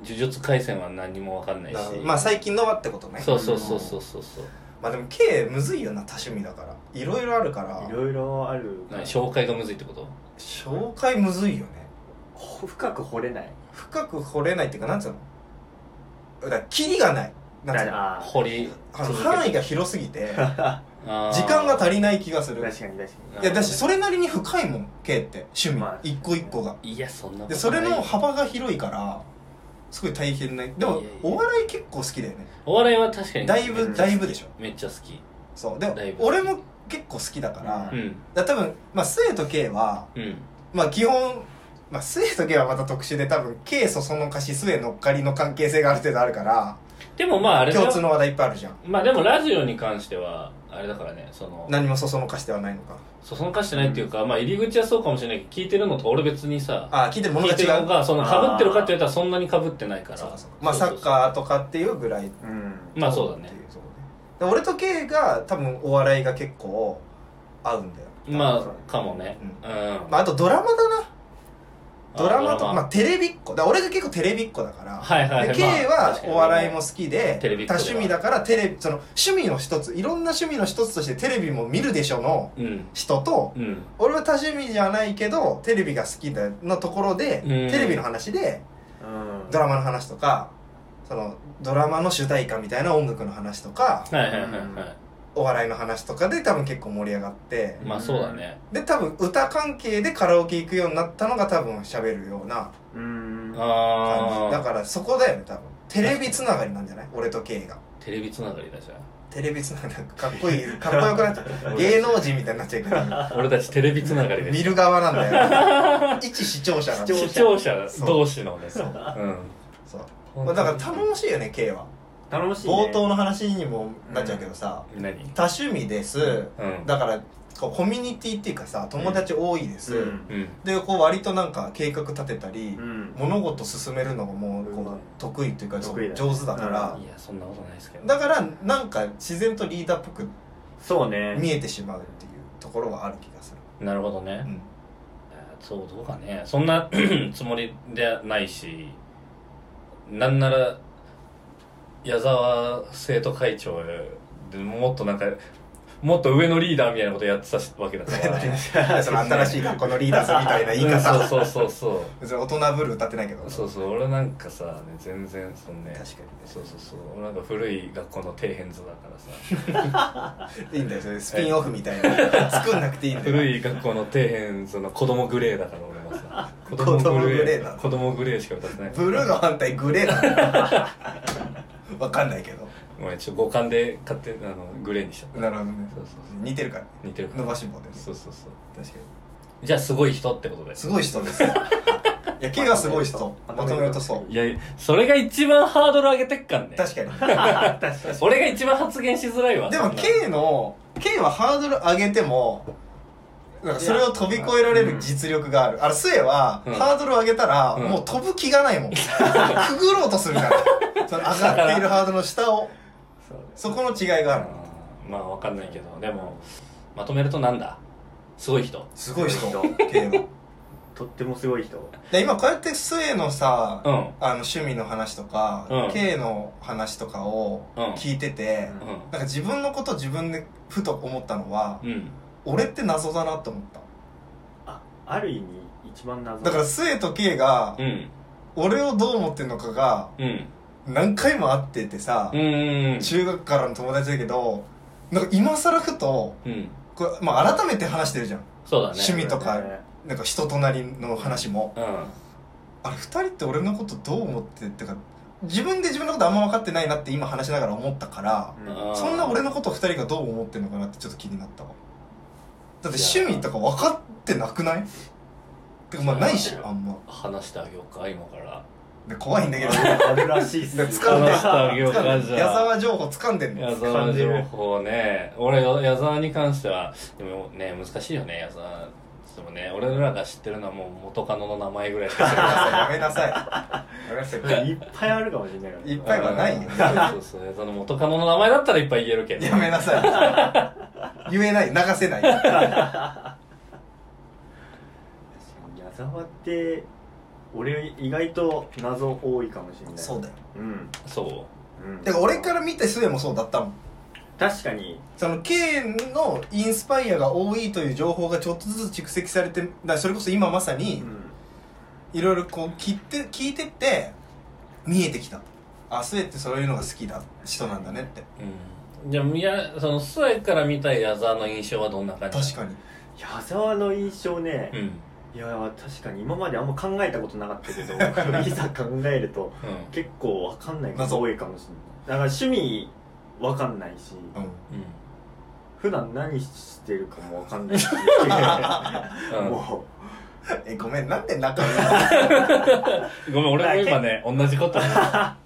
[SPEAKER 2] 呪術廻戦は何にもわかんな
[SPEAKER 1] う
[SPEAKER 2] い
[SPEAKER 1] ん
[SPEAKER 2] し
[SPEAKER 1] だからまあ最近のはってことね
[SPEAKER 2] そうそうそうそうそうそう
[SPEAKER 1] まあでも K むずいよな多趣味だからいろいろあるから
[SPEAKER 3] いろいろある
[SPEAKER 2] 何紹介がむずいってこと
[SPEAKER 1] 紹介むずいよね
[SPEAKER 3] ほ深く掘れない
[SPEAKER 1] 深く掘れないっていうかなんつうのだからキリがないなんつうの
[SPEAKER 3] あー
[SPEAKER 2] 掘り
[SPEAKER 1] あの範囲が広すぎて時間が
[SPEAKER 2] り
[SPEAKER 1] 足りない気がする
[SPEAKER 3] 確かに確か
[SPEAKER 1] いやだしそれなりに深いもん K って趣味、
[SPEAKER 3] まあ
[SPEAKER 1] 一個一個が
[SPEAKER 2] いやそんなことない
[SPEAKER 1] でそれの幅が広いからすごい大変ねでも
[SPEAKER 2] いやいや
[SPEAKER 1] お笑い結構好きだよね
[SPEAKER 2] お笑いは確かに
[SPEAKER 1] だいぶだいぶでしょ
[SPEAKER 2] めっちゃ好き
[SPEAKER 1] そうでも
[SPEAKER 2] だいぶ
[SPEAKER 1] 俺も結構好きだから,、
[SPEAKER 2] う
[SPEAKER 1] だか
[SPEAKER 2] ん
[SPEAKER 1] ら多分まあ末と K は
[SPEAKER 2] うん
[SPEAKER 1] まあ基本まあ末と K はまた特殊で多分 K そそのかし末のっかりの関係性がある程度あるから
[SPEAKER 2] でもまああれだ
[SPEAKER 1] 共通
[SPEAKER 2] よ
[SPEAKER 1] の話題いっぱいあるじゃん
[SPEAKER 2] まあでもラジオに関してはあれだからねその
[SPEAKER 1] 何もそそのかしてはないのか
[SPEAKER 2] そそのかしてないっていうか、まあ入り口はそうかもしれないけど聞いてるのと俺別にさ
[SPEAKER 1] ああ聞いてるもの
[SPEAKER 2] 聞
[SPEAKER 1] が
[SPEAKER 2] いて
[SPEAKER 1] 違
[SPEAKER 2] るの
[SPEAKER 1] う
[SPEAKER 2] がその被ってるかって言ったらそんなに被ってないから
[SPEAKER 1] そうかそうかまあサ
[SPEAKER 2] そう
[SPEAKER 1] ッ
[SPEAKER 2] そうそう
[SPEAKER 1] カーとかっていうぐらい
[SPEAKER 3] にうん
[SPEAKER 2] まあそうだね
[SPEAKER 1] っていとこでで俺と K が多分お笑いが結構合うんだよ
[SPEAKER 2] まあかもねうん、
[SPEAKER 1] まあ、あとドラマだな
[SPEAKER 2] あ
[SPEAKER 1] ドラマと
[SPEAKER 2] ドラマ
[SPEAKER 1] まあテレビっ子だから俺が結構テレビっ子だから、
[SPEAKER 2] はいはいはい
[SPEAKER 1] で K
[SPEAKER 2] まあ
[SPEAKER 1] は
[SPEAKER 2] 確かに
[SPEAKER 1] お笑いも好きで
[SPEAKER 2] テレビっ子
[SPEAKER 1] 多
[SPEAKER 2] では
[SPEAKER 1] 趣味だからテレビその趣味の一ついろんな趣味の一つとしてテレビも見るでしょの
[SPEAKER 2] うん
[SPEAKER 1] 人と、
[SPEAKER 2] うん
[SPEAKER 1] 俺は多趣味じゃないけどテレビが好きだのところで、
[SPEAKER 2] うん
[SPEAKER 1] テレビの話で
[SPEAKER 3] うん
[SPEAKER 1] ドラマの話とかそのドラマの主題歌みたいな音楽の話とか
[SPEAKER 2] はいはいはいは
[SPEAKER 1] お笑いの話とかで多分結構盛り上がって
[SPEAKER 2] いまあそうだね
[SPEAKER 1] で多分歌関係でカラオケ行くようになったのが多分喋るような
[SPEAKER 3] うん
[SPEAKER 2] あ
[SPEAKER 1] 感じだ
[SPEAKER 2] あ
[SPEAKER 1] からそこだよね多分テレビつながりなんじゃない俺と K が
[SPEAKER 2] テレビつながりだじゃ
[SPEAKER 1] テレビつながりなんかかっこいいかっこよくなっちゃ う芸能人みたいになっちゃうけど
[SPEAKER 2] ん俺たちテレビつながりで
[SPEAKER 1] 見
[SPEAKER 2] す
[SPEAKER 1] る側なんだ よ一視聴者なんだよ
[SPEAKER 2] 視聴者
[SPEAKER 1] そう
[SPEAKER 2] 同士のね
[SPEAKER 1] そう
[SPEAKER 2] う
[SPEAKER 1] そうだから頼もしいよね K は
[SPEAKER 3] 楽しいね
[SPEAKER 1] 冒頭の話にもなっちゃうけどさ
[SPEAKER 2] 何
[SPEAKER 1] 多趣味です
[SPEAKER 2] うん
[SPEAKER 1] だからこうコミュニティっていうかさ友達多いです、
[SPEAKER 3] うん
[SPEAKER 2] うん
[SPEAKER 1] でこう割となんか計画立てたり、
[SPEAKER 3] うん
[SPEAKER 1] 物事進めるのがもうこ
[SPEAKER 3] うん
[SPEAKER 1] う得意というかそう
[SPEAKER 3] 得意だね
[SPEAKER 1] 上手だから、
[SPEAKER 2] いやそんなことないですけど
[SPEAKER 1] だからなんか自然とリーダーっぽく
[SPEAKER 3] そうね
[SPEAKER 1] 見えてしまうっていうところはある気がする、
[SPEAKER 2] なるほど
[SPEAKER 1] う
[SPEAKER 2] ね
[SPEAKER 1] ん、
[SPEAKER 2] そうどうかねそんな つもりではないしなんなら矢沢生徒会長でもっとなんかもっと上のリーダーみたいなことやってたわけ だから
[SPEAKER 1] その新しい学校のリーダーズみたいな言い
[SPEAKER 2] うん
[SPEAKER 1] 方
[SPEAKER 2] そうそうそう
[SPEAKER 1] 別に大人ぶる歌ってないけど
[SPEAKER 2] そうそうそう俺なんかさ、ね、全然そのね
[SPEAKER 1] 確かにね
[SPEAKER 2] そうそうそう俺なんか古い学校の底辺図だからさ
[SPEAKER 1] いいんだよそれスピンオフみたいな作んなくていいんだよ
[SPEAKER 2] 古い学校の底辺図の子供グレーだから俺はさ
[SPEAKER 1] 子供グレーなの
[SPEAKER 2] 子供グレーしか歌ってない
[SPEAKER 1] ブルーの反対グレーなんだよ わかんないけど
[SPEAKER 2] ごめんちょっと五感で買ってあのグレーにしちゃった
[SPEAKER 1] なるほどね
[SPEAKER 2] そうそうそう
[SPEAKER 1] 似てるからね
[SPEAKER 2] 似てるから
[SPEAKER 1] 伸ばし棒でね
[SPEAKER 2] そうそうそう
[SPEAKER 1] 確かに
[SPEAKER 2] じゃあすごい人ってことです
[SPEAKER 1] すごい人です。いや、K がすごい人。まと
[SPEAKER 3] まと
[SPEAKER 1] め
[SPEAKER 3] め
[SPEAKER 1] る
[SPEAKER 3] る
[SPEAKER 1] と
[SPEAKER 3] と
[SPEAKER 1] そう。
[SPEAKER 2] いやそれが一番ハードル上げてっかんね
[SPEAKER 1] 確かに。
[SPEAKER 2] 俺が一番発言しづらいわ
[SPEAKER 1] でも
[SPEAKER 2] そんな
[SPEAKER 1] K の、K はハードル上げても、なんかそれを飛び越えられる実力がある。あれ、スエは、
[SPEAKER 2] うん
[SPEAKER 1] ハードル上げたら、
[SPEAKER 2] うん
[SPEAKER 1] もう飛ぶ気がない もん。くぐろうとするから。その上がっているハードルの下を。
[SPEAKER 3] そう
[SPEAKER 1] そこの違いがある。
[SPEAKER 2] うんまあわかんないけどでもまとめるとなんだすごい人
[SPEAKER 1] すごい人
[SPEAKER 3] すごい、
[SPEAKER 1] K は。
[SPEAKER 3] とってもすごい人
[SPEAKER 1] で今こうやってスエのさ、
[SPEAKER 2] うん
[SPEAKER 1] あの趣味の話とか、
[SPEAKER 2] うん
[SPEAKER 1] K の話とかを聞いてて、
[SPEAKER 3] うん
[SPEAKER 2] う
[SPEAKER 1] なんか自分のこと自分でふと思ったのは、
[SPEAKER 2] んうん
[SPEAKER 1] 俺って謎だなって思った
[SPEAKER 3] あある意味一番謎
[SPEAKER 1] だから末と K が
[SPEAKER 2] うん
[SPEAKER 1] 俺をどう思ってんのかが
[SPEAKER 2] うん
[SPEAKER 1] 何回も会っててさ、
[SPEAKER 2] うん
[SPEAKER 1] 中学からの友達だけどなんか今更ふと
[SPEAKER 2] うん
[SPEAKER 1] これ、まあ、改めて話してるじゃん
[SPEAKER 2] そうだね
[SPEAKER 1] 趣味とか
[SPEAKER 3] ね
[SPEAKER 1] なんか人となりの話も
[SPEAKER 2] うん
[SPEAKER 1] あれ2人って俺のことどう思ってってか自分で自分のことあんま分かってないなって今話しながら思ったから
[SPEAKER 3] うん
[SPEAKER 1] そんな俺のこと2人がどう思ってんのかなってちょっと気になったわだって
[SPEAKER 2] いや
[SPEAKER 1] 趣味とか分かってなくないてかまあないしあんま
[SPEAKER 2] 話してあげようか今から
[SPEAKER 1] で怖いんだけど
[SPEAKER 3] あるらしいっすね
[SPEAKER 1] で使うね
[SPEAKER 2] 話してあげようか
[SPEAKER 1] 掴ん
[SPEAKER 2] じ
[SPEAKER 1] で
[SPEAKER 2] ゃあ
[SPEAKER 1] 矢沢情報掴んでんの
[SPEAKER 2] 矢沢情報ね俺矢沢に関してはでもね難しいよね矢沢でもね俺らが知ってるのはもう元カノの名前ぐらいしか知らない
[SPEAKER 1] やめなさいやめなさい
[SPEAKER 3] いっぱいあるかもしれないからね
[SPEAKER 1] いっぱいは ないよ
[SPEAKER 2] うんそうそうその元カノの名前だったらいっぱい言えるけど
[SPEAKER 1] やめなさい言えない流せない
[SPEAKER 3] 矢沢って俺意外と謎多いかもしれない
[SPEAKER 1] そうだよ
[SPEAKER 3] うん、
[SPEAKER 2] そ
[SPEAKER 3] うん、
[SPEAKER 1] だから俺から見て末もそうだったもん
[SPEAKER 3] 確かに
[SPEAKER 1] その K のインスパイアが多いという情報がちょっとずつ蓄積されてだからそれこそ今まさ
[SPEAKER 3] う
[SPEAKER 1] に
[SPEAKER 3] ん
[SPEAKER 1] いろいろこう聞いて聞いてって見えてきたあ末ってそういうのが好きな人なんだねって
[SPEAKER 2] ううんじゃあみやそのスエから見た矢沢の印象はどんな感じ
[SPEAKER 1] 確かに
[SPEAKER 3] 矢沢の印象ね、
[SPEAKER 2] にうん
[SPEAKER 3] いや確かに今まであんま考えたことなかったけどいざ考えると
[SPEAKER 2] う
[SPEAKER 3] 結構わかんないこと
[SPEAKER 1] 謎
[SPEAKER 3] 多いかもしれないだから趣味わかんないし、
[SPEAKER 1] うん
[SPEAKER 2] ん
[SPEAKER 3] 普段何してるかもわかんないし
[SPEAKER 2] うんうん
[SPEAKER 3] も
[SPEAKER 1] えごめんなんで仲良い
[SPEAKER 2] ごめん俺も今ね同じこと思った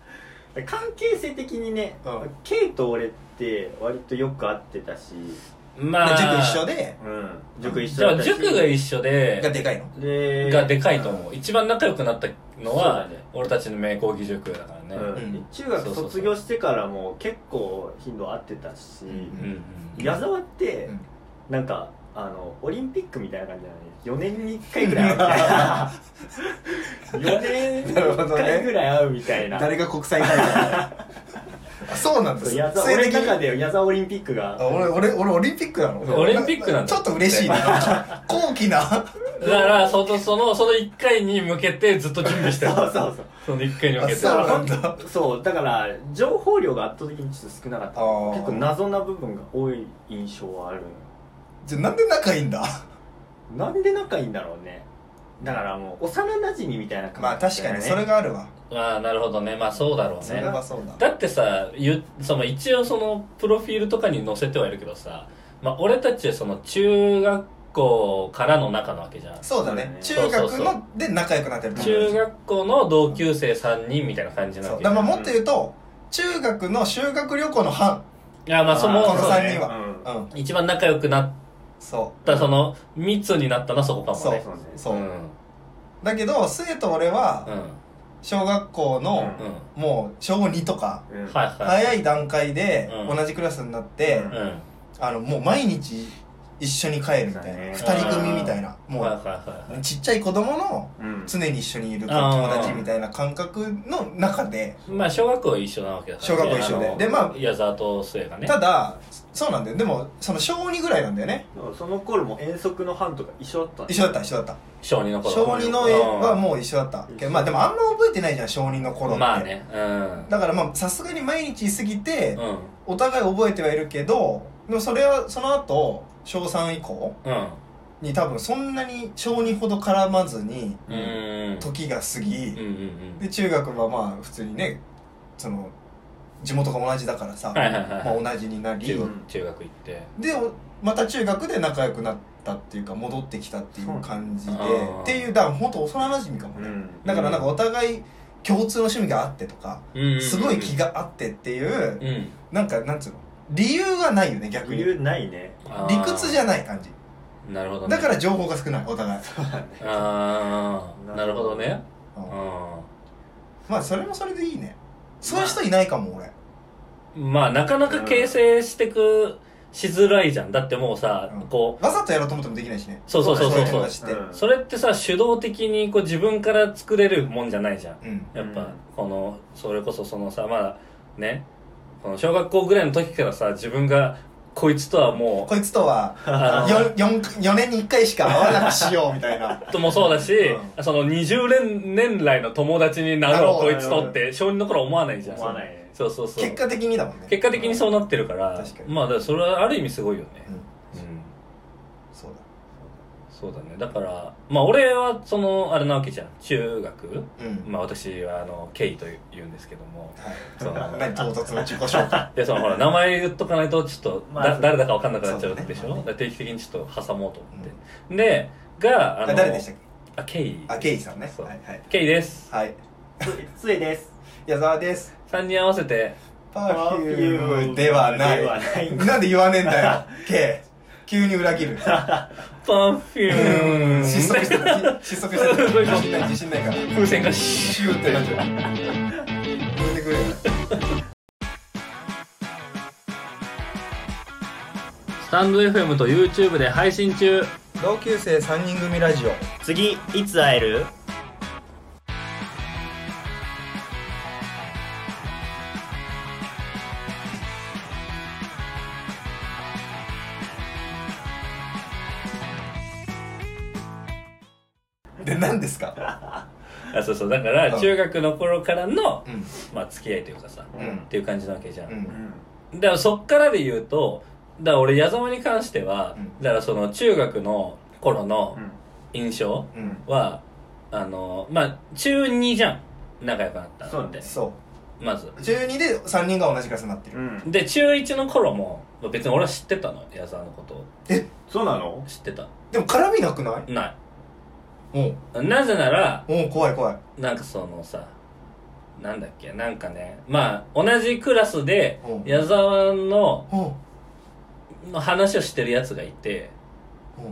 [SPEAKER 3] う 関係性的にね、
[SPEAKER 1] うん
[SPEAKER 3] K と俺って割とよく会ってたし、
[SPEAKER 2] まあ
[SPEAKER 1] 塾一緒で
[SPEAKER 3] うん、塾一
[SPEAKER 2] じ
[SPEAKER 3] 緒
[SPEAKER 2] ゃ
[SPEAKER 3] だっ
[SPEAKER 2] あ
[SPEAKER 3] たし
[SPEAKER 2] 塾が一緒で
[SPEAKER 1] がでかいの
[SPEAKER 3] で
[SPEAKER 2] がでかいと思う一番仲良くなったのは、
[SPEAKER 3] そうだね
[SPEAKER 2] 俺たちの名講義塾だからね
[SPEAKER 3] うん
[SPEAKER 1] うん
[SPEAKER 3] 中学卒業してからも結構頻度合ってたし、
[SPEAKER 1] うん
[SPEAKER 2] うん
[SPEAKER 3] 矢沢って
[SPEAKER 1] うん
[SPEAKER 3] なんかあのオリンピックみたいな感じなのね4年に1回ぐらい会 うみたいな4年に
[SPEAKER 1] なるほど
[SPEAKER 3] 1
[SPEAKER 1] ね
[SPEAKER 3] 回ぐらい会うみたい な
[SPEAKER 1] 誰が国際 大会あそうなんで
[SPEAKER 3] そう
[SPEAKER 1] す
[SPEAKER 3] 矢沢
[SPEAKER 1] 性
[SPEAKER 3] 俺
[SPEAKER 1] 的
[SPEAKER 3] の中で矢沢オリンピックが
[SPEAKER 1] あ俺俺俺オリンピックなの
[SPEAKER 2] オリンピックなんだ
[SPEAKER 1] ちょっと嬉しいななん か高貴な
[SPEAKER 2] だからそのそのその1回に向けてずっと準備して
[SPEAKER 3] そ
[SPEAKER 2] る
[SPEAKER 3] うそうそう
[SPEAKER 2] その1回に向けて
[SPEAKER 1] あそう なんだ
[SPEAKER 3] そうだから情報量が圧倒的にちょっと少なかった
[SPEAKER 1] あー
[SPEAKER 3] 結構謎な部分が多い印象はある
[SPEAKER 1] じゃあなんで仲いいんだ
[SPEAKER 3] なんで仲いいんだろうねだからもう幼馴染みみたいな感じ、
[SPEAKER 1] まあ確かにそれがあるわ
[SPEAKER 2] ああなるほどねまあそうだろう
[SPEAKER 1] それ
[SPEAKER 2] ね
[SPEAKER 1] はそうだ
[SPEAKER 2] だってさゆその一応そのプロフィールとかに載せてはいるけどさ、まあ、俺たちその中学校からの仲なわけじゃん
[SPEAKER 1] そうだね
[SPEAKER 3] そ
[SPEAKER 1] 中
[SPEAKER 2] うだ
[SPEAKER 1] 学
[SPEAKER 2] ねそうそうそ
[SPEAKER 1] ので仲良くなってる友達
[SPEAKER 2] 中学校の同級生3人みたいな感じな
[SPEAKER 1] そ
[SPEAKER 2] わ
[SPEAKER 1] う
[SPEAKER 2] け
[SPEAKER 1] だ
[SPEAKER 2] じゃ
[SPEAKER 1] か
[SPEAKER 2] ん
[SPEAKER 1] らもっと言うと中学の修学旅行の班
[SPEAKER 2] いやまあそ
[SPEAKER 3] あ
[SPEAKER 2] の
[SPEAKER 3] ー
[SPEAKER 1] この
[SPEAKER 2] そう
[SPEAKER 1] 3
[SPEAKER 2] ね
[SPEAKER 1] 人は
[SPEAKER 3] う
[SPEAKER 1] うん
[SPEAKER 2] 一番仲良くなっ
[SPEAKER 1] そ
[SPEAKER 2] たその密になったなそこかもね
[SPEAKER 1] そう
[SPEAKER 3] そうね
[SPEAKER 1] うそう
[SPEAKER 2] う
[SPEAKER 1] う
[SPEAKER 2] ん
[SPEAKER 1] だけど末と俺
[SPEAKER 2] う
[SPEAKER 1] は
[SPEAKER 2] ん
[SPEAKER 1] 小学校の
[SPEAKER 2] うん
[SPEAKER 1] もう小2とか
[SPEAKER 3] うん
[SPEAKER 2] はいはい
[SPEAKER 1] 早い段階で
[SPEAKER 2] うん
[SPEAKER 1] 同じクラスになって
[SPEAKER 3] うん
[SPEAKER 2] うん
[SPEAKER 1] あのもう毎日一緒に帰るみたいな
[SPEAKER 3] そうだね
[SPEAKER 1] 2人組みたいなも
[SPEAKER 2] はいは
[SPEAKER 1] う
[SPEAKER 2] いはいはい
[SPEAKER 1] ちっちゃい子供の
[SPEAKER 3] うん
[SPEAKER 1] 常に一緒にいる友達みたいな感覚の中で
[SPEAKER 2] まあ小学校一緒なわけだか
[SPEAKER 1] 小
[SPEAKER 2] ら、
[SPEAKER 1] 学校一緒で
[SPEAKER 2] あの
[SPEAKER 1] でまあ
[SPEAKER 2] 矢沢と末がね
[SPEAKER 1] ただそうなんだよでもその小2ぐらいなんだよね
[SPEAKER 3] その頃も遠足の班とか一緒だったんだ
[SPEAKER 1] 一緒だった一緒だった
[SPEAKER 2] 小二の頃
[SPEAKER 1] 小2の絵は
[SPEAKER 2] う
[SPEAKER 1] もう一緒だった
[SPEAKER 3] うん
[SPEAKER 1] けどまあでもあんま覚えてないじゃん小2の頃って、
[SPEAKER 2] まあねうん
[SPEAKER 1] だからまあさすがに毎日過ぎて
[SPEAKER 2] うん
[SPEAKER 1] お互い覚えてはいるけどでもそれはその後小3以降
[SPEAKER 2] うん
[SPEAKER 1] に多分そんなに小2ほど絡まずに
[SPEAKER 2] うんうん
[SPEAKER 1] 時が過ぎ
[SPEAKER 2] うんうん
[SPEAKER 1] で中学はまあ普通にねその地元が同じだからさ、
[SPEAKER 2] はいはいはい
[SPEAKER 1] まあ、同じになり
[SPEAKER 2] 中
[SPEAKER 1] で
[SPEAKER 2] 学中学行って
[SPEAKER 1] おまた中学で仲良くなったっていうか戻ってきたっていう感じで
[SPEAKER 2] そうなんだ
[SPEAKER 1] っていうだから本当幼馴染かも
[SPEAKER 3] う
[SPEAKER 1] ね、
[SPEAKER 3] ん
[SPEAKER 1] だからなんかお互い共通の趣味があってとか、
[SPEAKER 2] うんうんうん
[SPEAKER 1] すごい気があってっていう、
[SPEAKER 2] うん
[SPEAKER 1] なんかなんつうの理由がないよね逆
[SPEAKER 3] 理
[SPEAKER 1] に
[SPEAKER 3] 由ないね
[SPEAKER 2] あー
[SPEAKER 1] 理屈じゃない感じ
[SPEAKER 2] なるほどね
[SPEAKER 1] だから情報が少ないお互い、
[SPEAKER 2] ああなるほどね
[SPEAKER 1] う
[SPEAKER 2] うんん
[SPEAKER 1] まあそれもそれでいいねそういう人いないかも俺
[SPEAKER 2] まあなかなか形成してくしづらいじゃんだってもうさ
[SPEAKER 1] うん
[SPEAKER 2] こう
[SPEAKER 1] わざとやろうと思ってもできないしね
[SPEAKER 2] そうそうそうそ
[SPEAKER 1] そう
[SPEAKER 2] うそう
[SPEAKER 1] いう友達っ
[SPEAKER 2] それってさ手動的にこう自分から作れるもんじゃないじゃん
[SPEAKER 1] てうん
[SPEAKER 2] やっ
[SPEAKER 3] うん
[SPEAKER 2] ぱこのそれこそそのさまだねこの小学校ぐらいの時からさ自分がこいつとはも
[SPEAKER 1] こいつとは
[SPEAKER 2] あの
[SPEAKER 1] 4, 4年に1回しか会わなくしようみたいな
[SPEAKER 2] うともそうだし、
[SPEAKER 1] う
[SPEAKER 2] その20年年来の友達になろう
[SPEAKER 1] なろ
[SPEAKER 2] こ
[SPEAKER 1] う
[SPEAKER 2] いつとって小2の頃思わないじゃん
[SPEAKER 3] 思わないね
[SPEAKER 2] そう そうそう
[SPEAKER 1] 結果的にだもんね
[SPEAKER 2] 結果的にそうなってるから、
[SPEAKER 1] 確かに
[SPEAKER 2] まあだからそれはある意味すごいよね
[SPEAKER 1] う、ん
[SPEAKER 2] うん
[SPEAKER 1] そう
[SPEAKER 2] そうだねだからまあ俺はそのあれなわけじゃん中学
[SPEAKER 1] だうん
[SPEAKER 2] まあ私はあのケイと言うんですけども
[SPEAKER 1] はい
[SPEAKER 2] そう
[SPEAKER 1] 何唐突な自己紹介
[SPEAKER 2] でそのほら名前言っとかないとちょっと、
[SPEAKER 3] まあ
[SPEAKER 2] だ
[SPEAKER 3] そう
[SPEAKER 2] 誰だか分かんなくなっちゃうでし
[SPEAKER 1] そう
[SPEAKER 2] ょ、
[SPEAKER 1] だね
[SPEAKER 2] だから定期的にちょっと挟もうと思って、でがあの
[SPEAKER 1] 誰でしたっ
[SPEAKER 2] あケイ
[SPEAKER 1] あケイさんね
[SPEAKER 2] そう
[SPEAKER 1] はいはい
[SPEAKER 2] ケイです
[SPEAKER 1] はい
[SPEAKER 3] つつえです
[SPEAKER 1] 矢沢です
[SPEAKER 2] 3人合わせて
[SPEAKER 1] パフュームではない
[SPEAKER 3] ではない
[SPEAKER 1] なんで言わねえんだよ K 急に裏切る
[SPEAKER 2] パンフューム
[SPEAKER 1] 失速してる失速してる
[SPEAKER 2] そういうこと
[SPEAKER 1] 自信ない自信ないから
[SPEAKER 2] 風船がシ
[SPEAKER 1] シ
[SPEAKER 2] ュ
[SPEAKER 1] ューっ
[SPEAKER 2] ーっ
[SPEAKER 1] ててな
[SPEAKER 2] なっ
[SPEAKER 1] っ
[SPEAKER 2] ち
[SPEAKER 1] ち
[SPEAKER 2] ゃ
[SPEAKER 1] ゃ
[SPEAKER 2] う
[SPEAKER 1] うやめてくれよ
[SPEAKER 2] スタンド FM と YouTube で配信中
[SPEAKER 1] 同級生3人組ラジオ
[SPEAKER 3] 次いつ会える
[SPEAKER 1] で何ですか
[SPEAKER 2] あそうそうだから
[SPEAKER 1] うん
[SPEAKER 2] 中学の頃からの、
[SPEAKER 1] うん
[SPEAKER 2] まあ、付き合いというかさ、
[SPEAKER 1] うん
[SPEAKER 2] っていう感じなわけじゃん、
[SPEAKER 1] うん
[SPEAKER 2] だからそっからで言うとだから俺矢沢に関しては、
[SPEAKER 1] うん
[SPEAKER 2] だからその中学の頃の
[SPEAKER 3] うん
[SPEAKER 2] 印象
[SPEAKER 1] うん
[SPEAKER 2] は、あのまあ中2じゃん仲良くなったのって
[SPEAKER 1] そ
[SPEAKER 2] まず
[SPEAKER 1] う中2で3人が同じクラスになってる、
[SPEAKER 3] うん
[SPEAKER 2] で中1の頃も別に俺は知ってたの矢沢のことを
[SPEAKER 3] そうなの
[SPEAKER 2] 知ってた
[SPEAKER 1] でも絡みなくない
[SPEAKER 2] な
[SPEAKER 1] おう
[SPEAKER 2] いなぜなら
[SPEAKER 1] おう怖い怖い
[SPEAKER 2] なんかそのさなんだっけなんかねまあ同じクラスで
[SPEAKER 1] うん
[SPEAKER 2] 矢沢の
[SPEAKER 1] おう
[SPEAKER 2] の話をしてるやつがいて
[SPEAKER 1] おう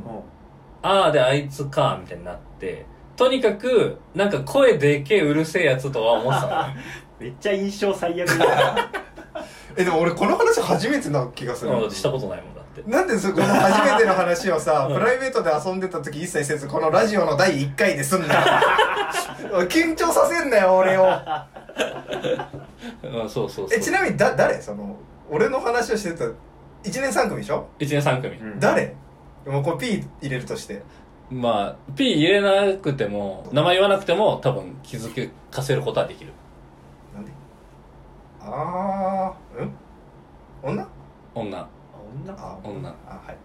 [SPEAKER 2] ああであいつかみたいになってとにかくなんか声でけえうるせえやつとは思ってた の
[SPEAKER 3] めっちゃ印象最悪だ
[SPEAKER 1] えでも俺この話初めてな気がする
[SPEAKER 2] うんしたことないもんだって
[SPEAKER 1] なんでそこの初めての話をさ、
[SPEAKER 2] うん
[SPEAKER 1] プライベートで遊んでた時一切せずこのラジオの第1回ですんなおい 緊張させんなよ俺を
[SPEAKER 2] うんそうそうそう
[SPEAKER 1] えちなみにだ誰その俺の話をしてた1年3組でしょ、
[SPEAKER 2] 1年3組、
[SPEAKER 3] うん
[SPEAKER 1] 誰もうこれ P 入れるとして
[SPEAKER 2] まあ P 入れなくても名前言わなくても多分気づけかせることはできる
[SPEAKER 1] なんでああうん女
[SPEAKER 2] 女
[SPEAKER 3] 女か
[SPEAKER 1] あ
[SPEAKER 2] 女
[SPEAKER 1] あはい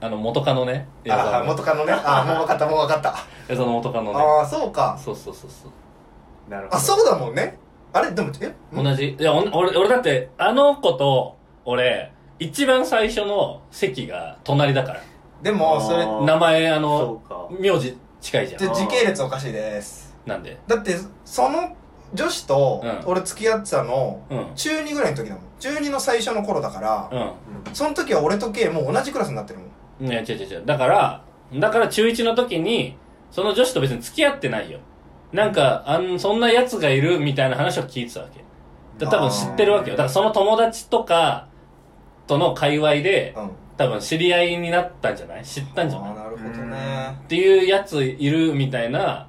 [SPEAKER 2] あの元カノね
[SPEAKER 1] あはい元カノねああもう分かったもう分かった
[SPEAKER 2] 矢沢の元カノね
[SPEAKER 1] ああそうか
[SPEAKER 2] そうそうそうそう
[SPEAKER 3] なるほど
[SPEAKER 1] あそうだもんねあれでもえん
[SPEAKER 2] 同じいやおん俺俺だってあの子と俺一番最初の席が隣だか
[SPEAKER 1] でもそれ
[SPEAKER 3] あ
[SPEAKER 2] ら
[SPEAKER 3] ー
[SPEAKER 2] 名前あ
[SPEAKER 3] そ
[SPEAKER 2] の
[SPEAKER 3] うか
[SPEAKER 2] 名字近いじゃ
[SPEAKER 1] じ
[SPEAKER 2] ん
[SPEAKER 1] ゃ時系列おかしいです
[SPEAKER 2] なんで
[SPEAKER 1] だってその女子と
[SPEAKER 2] うん
[SPEAKER 1] 俺付き合ってたの
[SPEAKER 2] うん
[SPEAKER 1] 中2ぐらいの時だもん中2の最初の頃だから、
[SPEAKER 2] う
[SPEAKER 1] その時は俺と K もう同じクラスになってるもん
[SPEAKER 2] んいや違う違う違うだからだから中1の時にその女子と別に付き合ってないよなんかあんそんなやつがいるみたいな話を聞いてたわけだ多分知ってるわけよだからその友達とかとの界隈で
[SPEAKER 1] うん
[SPEAKER 2] 多分知り合いになったんじゃない知ったんじゃない
[SPEAKER 1] あーなるほどね
[SPEAKER 2] っていうやついるみたい な、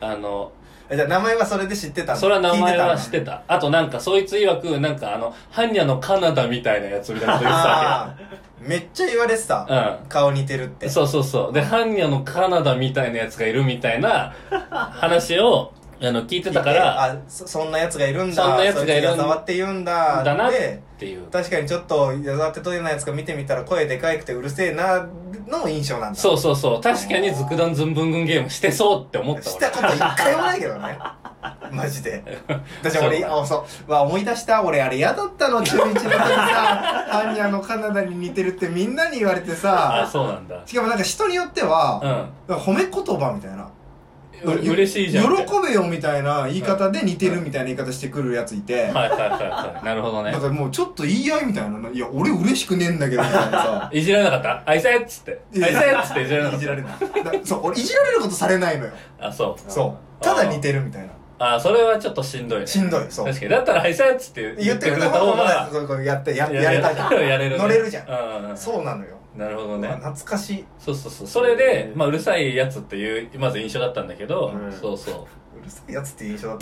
[SPEAKER 2] あの、
[SPEAKER 1] えじゃあ名前はそれで知ってたの
[SPEAKER 2] それは名前は知っ
[SPEAKER 1] 聞い
[SPEAKER 2] てた。あとなんか、そいつ曰く、なんかあの、ハンニャのカナダみたいなやつみたいなこと言ってた
[SPEAKER 1] ああめっちゃ言われてた、
[SPEAKER 2] わ
[SPEAKER 1] 顔似てるっ
[SPEAKER 2] け。う
[SPEAKER 1] て
[SPEAKER 2] ん。そうそうそう。で、ハンニャのカナダみたいなやつがいるみたいな話を、 あの、聞いてたから、
[SPEAKER 1] あそそんなやつがいるんだ
[SPEAKER 2] そんなやつがいるんだ
[SPEAKER 1] そつ矢沢って言うんだ
[SPEAKER 2] だなっ
[SPEAKER 1] で
[SPEAKER 2] ていう。
[SPEAKER 1] 確かにちょっと矢沢ってどういうようなやつか見てみたら声でかいくてうるせえなの印象なんだ
[SPEAKER 2] そうそうそう。確かに、ズクダンズンブングンゲームしてそうって思った
[SPEAKER 1] したこと一回もないけど ねマジで私俺
[SPEAKER 2] そう
[SPEAKER 1] あそうわ思い出した俺あれ嫌だった の中1の時さハンニャのカナダに似てるってみんなに言われて
[SPEAKER 2] あ、
[SPEAKER 1] さ
[SPEAKER 2] そうなんだ。
[SPEAKER 1] しかもなんか人によっては、
[SPEAKER 2] う。
[SPEAKER 1] なんか褒め言葉みたいなん
[SPEAKER 2] う嬉しいじゃん。
[SPEAKER 1] 喜べよみたいな言い方で似てるみたいな言い方してくるやついて、
[SPEAKER 2] はいはいはいはい。なるほどね
[SPEAKER 1] なん。かもうちょっと言い合いみたいな「いや俺嬉しくねえんだけど」みたいなさ
[SPEAKER 2] いじられなか ったあいさっつって。あいさっつっていじられなか
[SPEAKER 1] い
[SPEAKER 2] っ
[SPEAKER 1] じ
[SPEAKER 2] た
[SPEAKER 1] られないだそう俺いじられることされないのよ
[SPEAKER 2] あ、そう。
[SPEAKER 1] そうただ似てるみたいな
[SPEAKER 2] あ、それはちょっとしんどいね。
[SPEAKER 1] しんどいそう
[SPEAKER 2] 確かに。だったら、はいさっつって
[SPEAKER 1] 言ってくれた方が、こうこうやって、ややれたじゃん。
[SPEAKER 2] やれるね。
[SPEAKER 1] 乗れるじゃん。
[SPEAKER 2] ん。うんうん。
[SPEAKER 1] そうなのよ。
[SPEAKER 2] なるほど
[SPEAKER 1] まあ
[SPEAKER 2] ね。
[SPEAKER 1] 懐かしい。
[SPEAKER 2] そうそうそう。それで、まあ、うるさいやつっていう、まず印象だったんだけど
[SPEAKER 3] う、ん
[SPEAKER 2] そうそう
[SPEAKER 1] るさいやつって印象だっ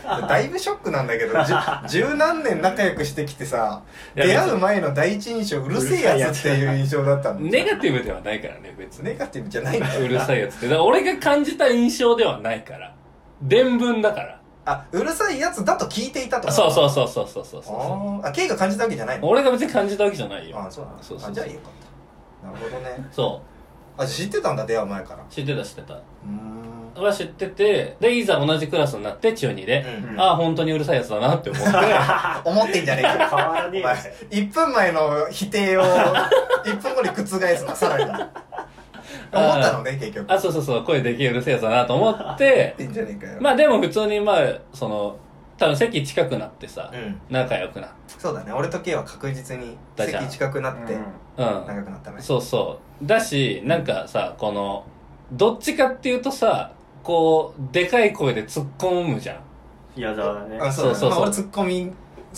[SPEAKER 1] たね。だいぶショックなんだけど、じゅ十何年仲良くしてきてさ、
[SPEAKER 2] いや
[SPEAKER 1] 出会う前の第一印象、うるせえやつっていう印象だったの。
[SPEAKER 2] う。ネガティブではないからね、別に。
[SPEAKER 1] ネガティブじゃないんだ
[SPEAKER 2] うる
[SPEAKER 1] よ。
[SPEAKER 2] さいやつって。だから俺が感じた印象ではないから。伝聞だから。
[SPEAKER 1] あ、うるさいやつだと聞いていたと。。
[SPEAKER 2] あそうそううそうそうそうそうそう。
[SPEAKER 1] あー、あケイが感じたわけじゃないの
[SPEAKER 2] 俺が別に感じたわけじゃないよ。
[SPEAKER 1] あ、そうなの
[SPEAKER 2] そうそうそう
[SPEAKER 1] あ、じゃあよかった。なるほどね。
[SPEAKER 2] そ
[SPEAKER 1] あ、知ってたんだ、出会う前から。
[SPEAKER 2] う。知ってた知ってた。
[SPEAKER 1] うーん。
[SPEAKER 2] は知ってて、で、いざ同じクラスになって、中2で。
[SPEAKER 1] うん
[SPEAKER 2] ああ、本当にうるさいやつだなって思って。
[SPEAKER 1] 思ってんじゃねえか。
[SPEAKER 3] 変わらねえ
[SPEAKER 1] お
[SPEAKER 3] よ
[SPEAKER 1] 前1分前の否定を1分後に覆すなさらに思ったのね結局
[SPEAKER 2] あ、そうそうそう、声できうるせえやつだなと思って
[SPEAKER 1] い、いんじゃねえかよ、
[SPEAKER 2] まあでも普通にまあ、その、多分席近くなってさ、
[SPEAKER 1] うん
[SPEAKER 2] 仲良くなっ
[SPEAKER 1] そうだね俺と K は確実に
[SPEAKER 2] だじゃん
[SPEAKER 1] 席近くなって
[SPEAKER 2] て。うん。
[SPEAKER 1] 長くなったね
[SPEAKER 2] そうそう。だし、なんかさ、この、どっちかっていうとさ、こう、でかい声で突っ込むじゃ
[SPEAKER 3] 矢沢だね
[SPEAKER 1] あそうだね
[SPEAKER 2] そうそうそう
[SPEAKER 1] まあ俺ツッコミ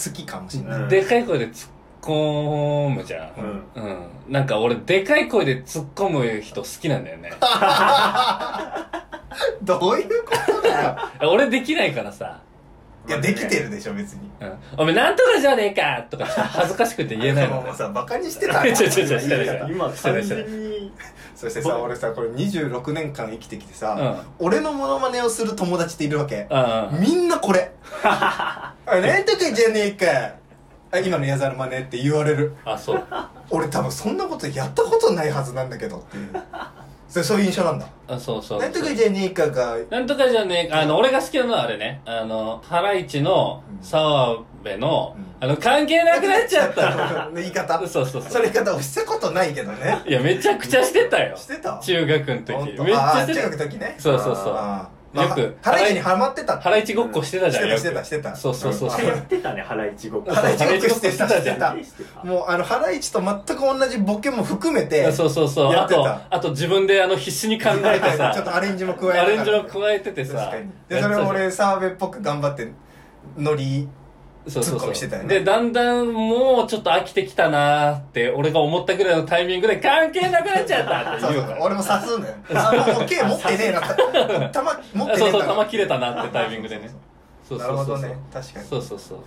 [SPEAKER 1] 好きかもしれない、
[SPEAKER 2] ん。
[SPEAKER 3] うん
[SPEAKER 2] でかい声で突っ込むじゃ。
[SPEAKER 3] うんん
[SPEAKER 2] うん。なんか俺、でかい声で突っ込む人好きなんだよね。
[SPEAKER 1] どういうこと だよ
[SPEAKER 2] 俺できないからさ、
[SPEAKER 1] いやできてるでしょ別に
[SPEAKER 2] うん。おめなんとかじゃねえかとか、恥ずかしくて言えないの
[SPEAKER 1] も
[SPEAKER 2] ね
[SPEAKER 1] う。さバカにしてた
[SPEAKER 2] 違う違う違う
[SPEAKER 1] 今
[SPEAKER 2] 違う
[SPEAKER 3] 今
[SPEAKER 2] 失
[SPEAKER 3] 完
[SPEAKER 2] 礼した
[SPEAKER 3] 全に
[SPEAKER 1] そしてさ俺さこれ26年間生きてきてさ、
[SPEAKER 2] う
[SPEAKER 1] 俺のモノマネをする友達っているわけ、
[SPEAKER 2] うんうん。
[SPEAKER 1] みんなこ れあなんとかじゃねえかあ今の矢沢のマネって言われる
[SPEAKER 2] あ、そう。
[SPEAKER 1] 俺多分そんなことやったことないはずなんだけどっていうそれそういう印象なんだ
[SPEAKER 2] あ、そうそう。
[SPEAKER 1] なんとかじゃねえかが
[SPEAKER 2] なんとかじゃねえか、あの、俺が好きなのはあれね、あの、ハライチの
[SPEAKER 1] うん
[SPEAKER 2] 澤部の、
[SPEAKER 1] うん
[SPEAKER 2] あの、関係なくなっちゃった。
[SPEAKER 1] 言い方
[SPEAKER 2] そうそう
[SPEAKER 1] そ
[SPEAKER 2] そう。
[SPEAKER 1] れ言い方をしたことないけどね
[SPEAKER 2] いや、めちゃくちゃしてたよ
[SPEAKER 1] し。てた
[SPEAKER 2] 中学の時。
[SPEAKER 1] ほ
[SPEAKER 2] め
[SPEAKER 1] ん
[SPEAKER 2] っ
[SPEAKER 1] と
[SPEAKER 2] ち
[SPEAKER 1] あ
[SPEAKER 2] ゃ
[SPEAKER 1] あ
[SPEAKER 2] して
[SPEAKER 1] 中学
[SPEAKER 2] た。
[SPEAKER 1] の時ね
[SPEAKER 2] そうそうそう。ハ
[SPEAKER 1] ああまあ
[SPEAKER 2] よく
[SPEAKER 1] ハライチにハマってた
[SPEAKER 2] ライチごっこしてたじゃん。
[SPEAKER 1] してた
[SPEAKER 2] よく
[SPEAKER 1] してたしてた
[SPEAKER 2] そうそうそう
[SPEAKER 3] あ
[SPEAKER 2] そ
[SPEAKER 3] やっ
[SPEAKER 2] う。
[SPEAKER 3] てたね腹いちごっこ
[SPEAKER 1] ハライチごっこして
[SPEAKER 2] してた
[SPEAKER 1] た
[SPEAKER 2] してた
[SPEAKER 1] してたもうあのハライチと全く同じボケも含めて
[SPEAKER 2] そうそうそう。
[SPEAKER 1] や
[SPEAKER 2] あ
[SPEAKER 1] ってた
[SPEAKER 2] と、あと自分であの、必死に考えて
[SPEAKER 1] ちょっと
[SPEAKER 2] さ、
[SPEAKER 1] アレンジも加えなが
[SPEAKER 2] ア
[SPEAKER 1] ら
[SPEAKER 2] レンジを加えてて
[SPEAKER 1] 確
[SPEAKER 2] さ
[SPEAKER 1] かに。でそれを俺澤部っぽく頑張ってノリ
[SPEAKER 2] そうそう
[SPEAKER 1] ツッコ
[SPEAKER 2] そう
[SPEAKER 1] ミしてたよね
[SPEAKER 2] で、だんだんもうちょっと飽きてきたなーって、俺が思ったぐらいのタイミングで関係なくなっちゃったって
[SPEAKER 1] そうそ
[SPEAKER 2] 言
[SPEAKER 1] うう
[SPEAKER 2] から。
[SPEAKER 1] 俺も刺すん だよあもう K 持ってねえなたま持ってねえんだな
[SPEAKER 2] そうそう、弾切れたなってタイミングでね。そう
[SPEAKER 1] な
[SPEAKER 2] そ
[SPEAKER 1] る
[SPEAKER 2] う
[SPEAKER 1] ほ
[SPEAKER 2] そう
[SPEAKER 1] どね確かに
[SPEAKER 2] そうそうそう。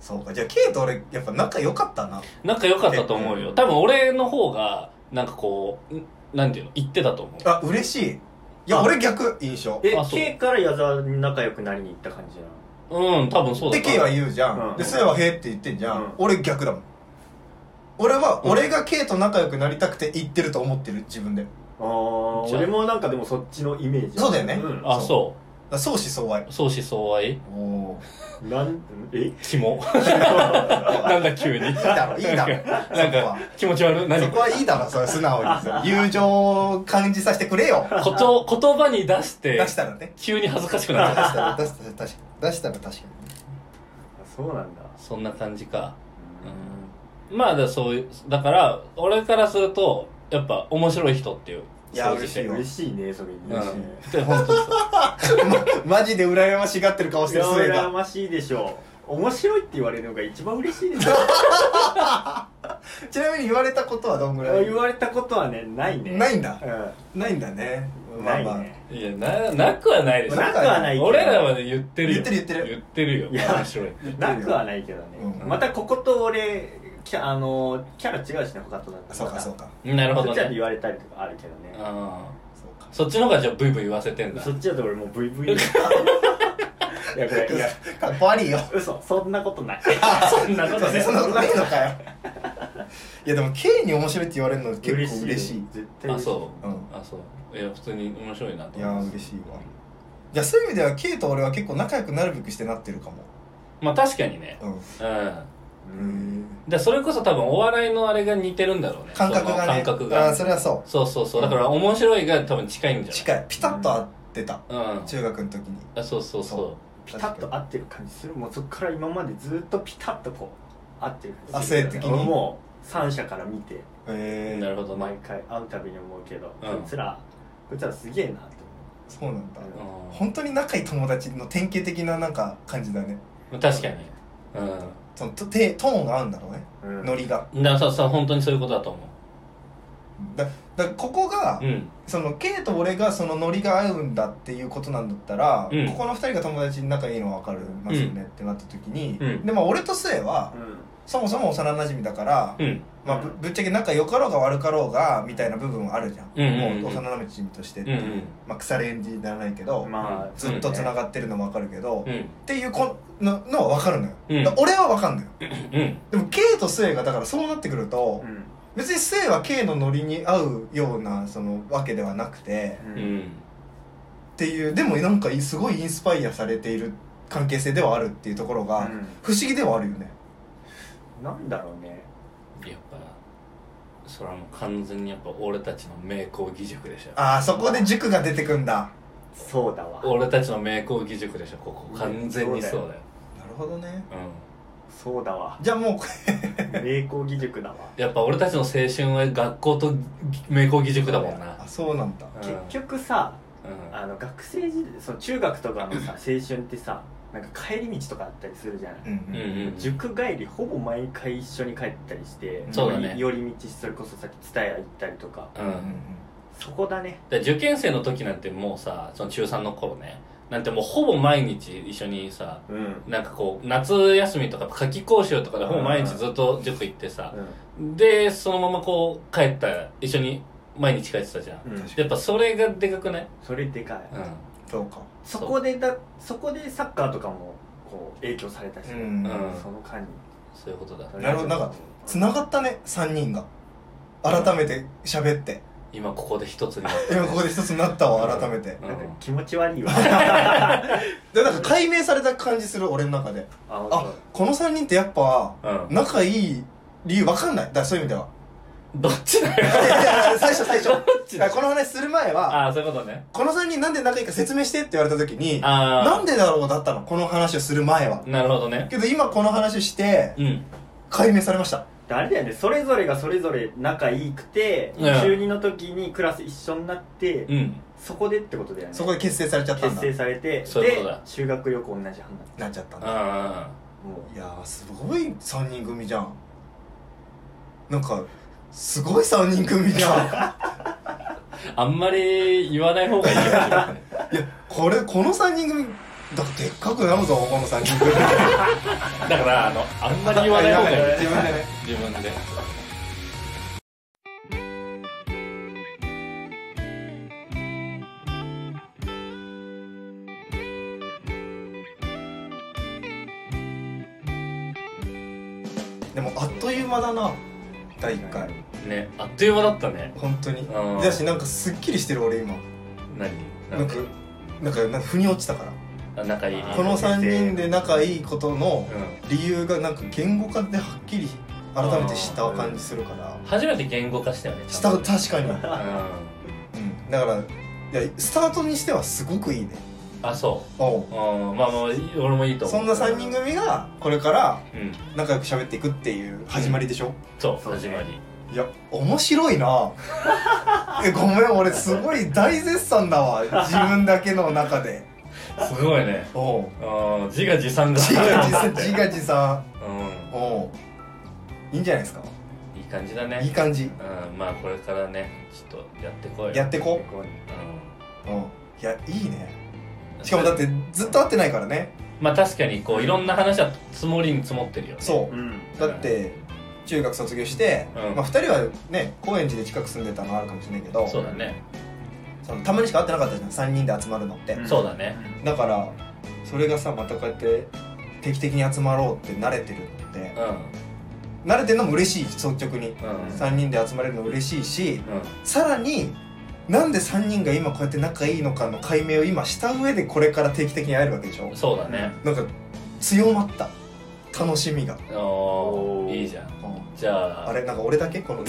[SPEAKER 1] そうかじゃあ K と俺やっぱ仲良かったな
[SPEAKER 2] なんか良かったと思うよ。多分俺の方が、なんかこう、んなんていうの、言ってたと思う。
[SPEAKER 1] あ嬉しいいや
[SPEAKER 3] あ
[SPEAKER 1] 俺逆印象
[SPEAKER 3] え
[SPEAKER 2] あそう
[SPEAKER 3] K から矢沢に仲良くなりに行った感じな
[SPEAKER 2] うん、多分そうだ
[SPEAKER 1] で
[SPEAKER 2] と
[SPEAKER 1] K
[SPEAKER 2] 思う
[SPEAKER 1] は言うじゃん、
[SPEAKER 3] うん
[SPEAKER 1] でスーは「へえ」って言ってんじゃん、
[SPEAKER 3] うん
[SPEAKER 1] 俺逆だもん俺は俺が K と仲良くなりたくて言ってると思ってる自分でだか
[SPEAKER 3] のあ
[SPEAKER 2] じ
[SPEAKER 3] ー
[SPEAKER 2] ゃあ
[SPEAKER 3] 俺もなんかでもそっちのイメージ
[SPEAKER 1] そうだよね
[SPEAKER 3] ん
[SPEAKER 2] あ、そ
[SPEAKER 1] ら相思相愛
[SPEAKER 2] う。相思相愛
[SPEAKER 1] おお
[SPEAKER 3] なんえ
[SPEAKER 2] 肝。なんだ急に。いい
[SPEAKER 1] だろいいだろ
[SPEAKER 2] なん
[SPEAKER 1] そこは
[SPEAKER 2] か、気持ち悪い。何
[SPEAKER 1] そこはいいだろそれ素直にさ友情を感じさせてくれよ
[SPEAKER 2] こと、言葉に出して、
[SPEAKER 1] 出したらね
[SPEAKER 2] 急に恥ずかしく
[SPEAKER 1] 出
[SPEAKER 2] な
[SPEAKER 1] し
[SPEAKER 2] っちゃった
[SPEAKER 1] たら出したら確かに出したら確かに
[SPEAKER 3] そうなんだ
[SPEAKER 2] そんな感じか。うんまあ、だからそういう、だから、俺からすると、やっぱ面白い人っていう。
[SPEAKER 1] いや
[SPEAKER 2] そう
[SPEAKER 1] 嬉しいよ
[SPEAKER 3] 嬉しいねそれ
[SPEAKER 2] う
[SPEAKER 3] 嬉しいね
[SPEAKER 2] ん。で、本当にそう。
[SPEAKER 1] まマジで羨ましがってる顔し
[SPEAKER 3] い
[SPEAKER 1] てる
[SPEAKER 3] や
[SPEAKER 1] スー
[SPEAKER 3] 羨
[SPEAKER 1] が
[SPEAKER 3] ましいでしょう面白いって言われるのが一番嬉しい ですよ
[SPEAKER 1] ちなみに言われたことはどんぐらい
[SPEAKER 3] 言われたことはねないね
[SPEAKER 1] ないんだ
[SPEAKER 3] う
[SPEAKER 1] ないんだね
[SPEAKER 3] ん
[SPEAKER 1] ま
[SPEAKER 3] な
[SPEAKER 1] あ
[SPEAKER 3] い
[SPEAKER 1] まあ
[SPEAKER 3] ね
[SPEAKER 2] いや、な、なくはないでしょ。
[SPEAKER 3] なくはないけど
[SPEAKER 2] 俺らはね、言ってる
[SPEAKER 1] 言
[SPEAKER 2] よ。
[SPEAKER 1] ってる言ってる
[SPEAKER 2] 言ってるよ。
[SPEAKER 3] いや
[SPEAKER 2] 面白い。
[SPEAKER 1] 言ってる
[SPEAKER 3] な
[SPEAKER 1] よ
[SPEAKER 3] くはないけどね、
[SPEAKER 1] うん
[SPEAKER 3] またここと俺キャあのキャラ違うしね他となんか
[SPEAKER 1] そうかそうか
[SPEAKER 2] なるほ
[SPEAKER 3] そ
[SPEAKER 2] ど
[SPEAKER 3] っちは
[SPEAKER 2] ね。
[SPEAKER 3] 言われたりとかあるけどね
[SPEAKER 2] あ
[SPEAKER 1] そうか
[SPEAKER 2] ーそっちの方がじゃあブイブイ言わせてんだ
[SPEAKER 3] そ。っちだと俺もう VV いやこれいや
[SPEAKER 1] かっこ悪いよ
[SPEAKER 3] 嘘そんなことない
[SPEAKER 2] そんなこ
[SPEAKER 1] そ
[SPEAKER 2] とね。
[SPEAKER 1] んなことないのかよいやでも K に面白いって言われるの結構嬉しい
[SPEAKER 3] 絶対
[SPEAKER 2] あ、
[SPEAKER 3] 嬉しい
[SPEAKER 2] そうう。あ、そう。いや、普通に面白いなと
[SPEAKER 1] んいや
[SPEAKER 2] 思
[SPEAKER 1] ー
[SPEAKER 2] う。
[SPEAKER 1] 嬉しいわじゃあそういう意味では K と俺は結構仲良くなるべくしてなってるかも
[SPEAKER 2] まあ確かにね。
[SPEAKER 1] うん
[SPEAKER 2] うん。
[SPEAKER 3] うん
[SPEAKER 2] で、それこそ多分お笑いのあれが似てるんだろうね。
[SPEAKER 1] 感覚
[SPEAKER 2] そ
[SPEAKER 1] が
[SPEAKER 2] の
[SPEAKER 1] ね
[SPEAKER 2] 感覚
[SPEAKER 1] あ
[SPEAKER 2] が
[SPEAKER 1] ー。それはそ
[SPEAKER 2] そうそうそう。だから面白いが多分近いん
[SPEAKER 1] う
[SPEAKER 2] じゃない
[SPEAKER 1] 近いピタッと合ってた
[SPEAKER 2] うん。
[SPEAKER 1] 中学の時に
[SPEAKER 2] あ、そうそう
[SPEAKER 1] そ
[SPEAKER 2] そ
[SPEAKER 3] ピタッと合ってる感じするもうそっから今までずっとピタッとこう合ってる感じする
[SPEAKER 1] あ性的に
[SPEAKER 3] 俺もう三者から見て
[SPEAKER 2] う。
[SPEAKER 1] へ
[SPEAKER 2] な
[SPEAKER 1] え
[SPEAKER 2] るほど
[SPEAKER 3] 毎
[SPEAKER 2] ね。
[SPEAKER 3] 回会うたびに思うけど、
[SPEAKER 2] うん
[SPEAKER 3] こいつらこいつらすげえなって
[SPEAKER 1] そうなんだ
[SPEAKER 2] うん
[SPEAKER 1] 本当に仲いい友達の典型的ななんか感じだね
[SPEAKER 2] まあ確かに。うん。
[SPEAKER 1] そのとてトーンが合うんだろうね
[SPEAKER 3] 思う、うん
[SPEAKER 1] ノリが
[SPEAKER 2] だからさ、さ、本当にそういうことだと思
[SPEAKER 1] だだここが、
[SPEAKER 2] う。うん。
[SPEAKER 1] その K と俺がそのノリが合うんだっていうことなんだったら、
[SPEAKER 2] うん
[SPEAKER 1] ここの2人が友達に仲いいのは分かるますよねってなった時に、
[SPEAKER 2] うん
[SPEAKER 1] でまあ俺と末は、
[SPEAKER 3] うん
[SPEAKER 1] そもそも幼馴染だから、
[SPEAKER 2] うん。
[SPEAKER 1] まあ、ぶぶっちゃけ仲良かろうが悪かろうがみたいな部分はあるじゃん、
[SPEAKER 2] うんうんうん
[SPEAKER 1] もう幼馴染としてって
[SPEAKER 2] う
[SPEAKER 1] い
[SPEAKER 2] ん
[SPEAKER 1] う、まあ、腐れ縁にならないけど、
[SPEAKER 3] まあ
[SPEAKER 1] ずっとつな
[SPEAKER 3] が
[SPEAKER 1] がってるのも分かるけど、
[SPEAKER 2] う
[SPEAKER 1] っ
[SPEAKER 2] ん。
[SPEAKER 1] ていうこののは分かるのよ、
[SPEAKER 2] うん
[SPEAKER 1] だから俺は分かんのよ
[SPEAKER 2] うん。
[SPEAKER 1] でも K と末がだからそうなってくると、
[SPEAKER 3] うん
[SPEAKER 1] 別に末は K のノリに合うようなそのわけではなくて
[SPEAKER 3] う
[SPEAKER 2] うんん。
[SPEAKER 1] っていうでもなんかすごいインスパイアされている関係性ではあるっていうところが、不思議ではあるよね
[SPEAKER 3] なんだろうね
[SPEAKER 2] やっぱ、それはもう完全にやっぱ俺たちの名工義塾でしょ
[SPEAKER 1] ああそこで塾が出てくんだ
[SPEAKER 3] そうだわ
[SPEAKER 2] 俺たちの名工義塾でしょここ完全にそうだよ
[SPEAKER 1] なるほどね
[SPEAKER 2] う
[SPEAKER 3] そうだわ
[SPEAKER 1] じゃあもうこ れ
[SPEAKER 3] 名工義塾だわ
[SPEAKER 2] んやっぱ俺たちの青春は学校と名工義塾だもんな
[SPEAKER 1] あそうなんだ
[SPEAKER 2] うん
[SPEAKER 3] 結局さ
[SPEAKER 2] うん
[SPEAKER 3] あの学生時代その中学とかのさ青春ってさなんか帰り道とかあったりするじゃない、
[SPEAKER 1] うん
[SPEAKER 2] うん
[SPEAKER 1] うん
[SPEAKER 2] うん
[SPEAKER 3] 塾帰りほぼ毎回一緒に帰ったりして
[SPEAKER 2] そうだね
[SPEAKER 3] 寄り道それこそさっき蔦屋行ったりとか
[SPEAKER 2] う
[SPEAKER 1] うん
[SPEAKER 2] ん
[SPEAKER 3] そこだね
[SPEAKER 2] で受験生の時なんてもうさその中3の頃ねなんてもうほぼ毎日一緒にさ
[SPEAKER 3] うん、うん、
[SPEAKER 2] なんかこう夏休みとか夏期講習とかでほぼ毎日ずっと塾行ってさでそのままこう帰った一緒に毎日帰ってたじゃん
[SPEAKER 3] うん
[SPEAKER 2] やっぱそれがでかくない
[SPEAKER 3] それでかい、
[SPEAKER 2] う
[SPEAKER 1] そうか
[SPEAKER 3] そこでだそこでサッカーとかもこう影響されたし、
[SPEAKER 1] うん
[SPEAKER 2] うん
[SPEAKER 3] その間に
[SPEAKER 2] そういうことだ
[SPEAKER 1] なるほどなんかつながったね3人が改めて喋って
[SPEAKER 2] 今ここで一つになっ
[SPEAKER 1] 今ここで一つになったわ改めて
[SPEAKER 2] た、う
[SPEAKER 3] なんか
[SPEAKER 2] ん、
[SPEAKER 3] 気持ち 悪いわ
[SPEAKER 1] でなんか解明された感じする俺の中で
[SPEAKER 3] あ
[SPEAKER 1] あこの3人ってやっぱ
[SPEAKER 2] うん、
[SPEAKER 1] 仲いい理由わかんないだからそういう意味では
[SPEAKER 2] どっちだよ
[SPEAKER 1] いやいや最初最初
[SPEAKER 2] ち
[SPEAKER 1] だからこの話する前は
[SPEAKER 2] ああそういうことね
[SPEAKER 1] この3人なんで仲いいか説明してって言われた時に
[SPEAKER 2] ああ
[SPEAKER 1] なんでだろうだったのこの話をする前は
[SPEAKER 2] なるほどね
[SPEAKER 1] けど今この話して
[SPEAKER 2] うん
[SPEAKER 1] 解明されました
[SPEAKER 3] であれだよねそれぞれがそれぞれ仲いいくて、
[SPEAKER 2] うん
[SPEAKER 3] 中2の時にクラス一緒になって、
[SPEAKER 2] うん
[SPEAKER 3] そこでってことだよね
[SPEAKER 1] そこで結成されちゃったん
[SPEAKER 3] 結
[SPEAKER 1] だ
[SPEAKER 3] 成されて
[SPEAKER 2] そういうことだ
[SPEAKER 3] で修学旅行同じ班だった
[SPEAKER 1] なっちゃったんだ
[SPEAKER 2] あ
[SPEAKER 3] も
[SPEAKER 1] いやーすごい3人組じゃんなんかすごい3人組じゃん
[SPEAKER 2] ーあんまり言わない方がいい よ
[SPEAKER 1] これこの3人組だからでっかくなるぞこの3人 組
[SPEAKER 2] だからあのあんまり言わない方がいい
[SPEAKER 1] 自分でね
[SPEAKER 2] 自分で
[SPEAKER 1] でもあっという間だな第1回
[SPEAKER 2] ねあっという間だったね
[SPEAKER 1] 本当に
[SPEAKER 2] うん
[SPEAKER 1] だしなんかすっきりしてる俺今
[SPEAKER 2] 何
[SPEAKER 1] なんかなんかなんか腑に落ちたから
[SPEAKER 2] あ仲いい
[SPEAKER 3] あ
[SPEAKER 1] この3人で仲いいことの
[SPEAKER 2] うん
[SPEAKER 1] 理由がなんか言語化ではっきり改めて知った感じするから
[SPEAKER 2] 初めて言語化したよね
[SPEAKER 1] した
[SPEAKER 2] うん
[SPEAKER 1] 確かに、うん、だからいやスタートにしてはすごくいいね
[SPEAKER 2] あそ
[SPEAKER 1] おう
[SPEAKER 2] ううんまあまあ俺もいいと思う
[SPEAKER 1] そんな3人組がこれから
[SPEAKER 2] うん
[SPEAKER 1] 仲良く喋っていくっていう始まりでしょ、
[SPEAKER 2] そう
[SPEAKER 3] そうね
[SPEAKER 2] 始まり
[SPEAKER 1] いや面白いなえごめん俺すごい大絶賛だわ自分だけの中です
[SPEAKER 2] ごいね
[SPEAKER 1] おう
[SPEAKER 2] うん自画自賛が
[SPEAKER 1] 自画自賛自画自賛
[SPEAKER 2] う
[SPEAKER 1] おういいんじゃないですか
[SPEAKER 2] んいい感じだね
[SPEAKER 1] いい感じ
[SPEAKER 2] うんまあこれからねちょっとやってこいよ
[SPEAKER 1] やってこ
[SPEAKER 3] こう
[SPEAKER 1] う、うん、いやいいね
[SPEAKER 2] うん
[SPEAKER 1] しかもだってずっと会ってないからね
[SPEAKER 2] まあ確かにこういろんな話は積もりに積もってるよね
[SPEAKER 1] そううんだって中学卒業して、
[SPEAKER 2] うん
[SPEAKER 1] まあ、2人はね高円寺で近く住んでたのはあるかもしれないけど
[SPEAKER 2] そうだね
[SPEAKER 1] そのたまにしか会ってなかったじゃん3人で集まるのって、
[SPEAKER 3] ん
[SPEAKER 2] そうだね
[SPEAKER 1] だからそれがさまたこうやって定期的に集まろうって慣れてるのって
[SPEAKER 2] うん
[SPEAKER 1] 慣れてるのも嬉しい率直に
[SPEAKER 2] うん
[SPEAKER 1] 3人で集まれるの嬉しいし
[SPEAKER 2] うん
[SPEAKER 1] さらになんで3人が今こうやって仲いいのかの解明を今した上でこれから定期的に会えるわけでしょ
[SPEAKER 2] そうだね。
[SPEAKER 1] なんか強まった楽しみが
[SPEAKER 2] お
[SPEAKER 3] おー
[SPEAKER 2] ーいいじゃん。
[SPEAKER 1] うん
[SPEAKER 2] じゃあ、
[SPEAKER 1] あれ なんか俺だけこの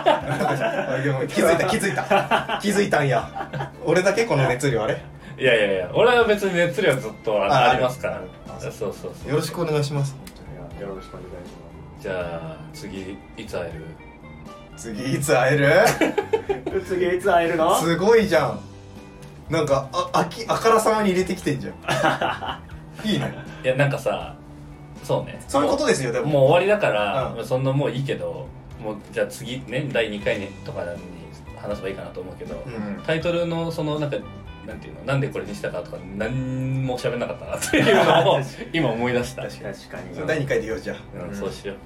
[SPEAKER 1] あでも気づいた気づいた気づいたんや俺だけこの熱量あれ
[SPEAKER 2] いやいやいや、俺は別に熱量ずっとあ
[SPEAKER 1] あ
[SPEAKER 2] ありますから。
[SPEAKER 1] あ
[SPEAKER 2] そうそうそう。
[SPEAKER 1] よろしくお願いします
[SPEAKER 3] いやよろしくお願いし
[SPEAKER 2] じゃあ、次、いつ会える
[SPEAKER 1] 次いつ会える
[SPEAKER 3] ます 次いつ会えるの
[SPEAKER 1] すごいじゃんなんかああきあからさまに入れてきてんじゃんいいね
[SPEAKER 2] いや、なんかさ、そうね。
[SPEAKER 1] そういうことですよで
[SPEAKER 2] もう
[SPEAKER 1] も
[SPEAKER 2] もう終わりだから、
[SPEAKER 1] うん
[SPEAKER 2] そんなもういいけど、もうじゃあ次ね、第2回にとかに話せばいいかなと思うけど、
[SPEAKER 1] うん
[SPEAKER 2] タイトルのその、なんか、なんていうの、なんでこれにしたかとか、何も喋んなかったなっていうのを今思い出した。
[SPEAKER 3] 確かに
[SPEAKER 1] 第2回で言おうじゃん
[SPEAKER 2] うん、そうしよう。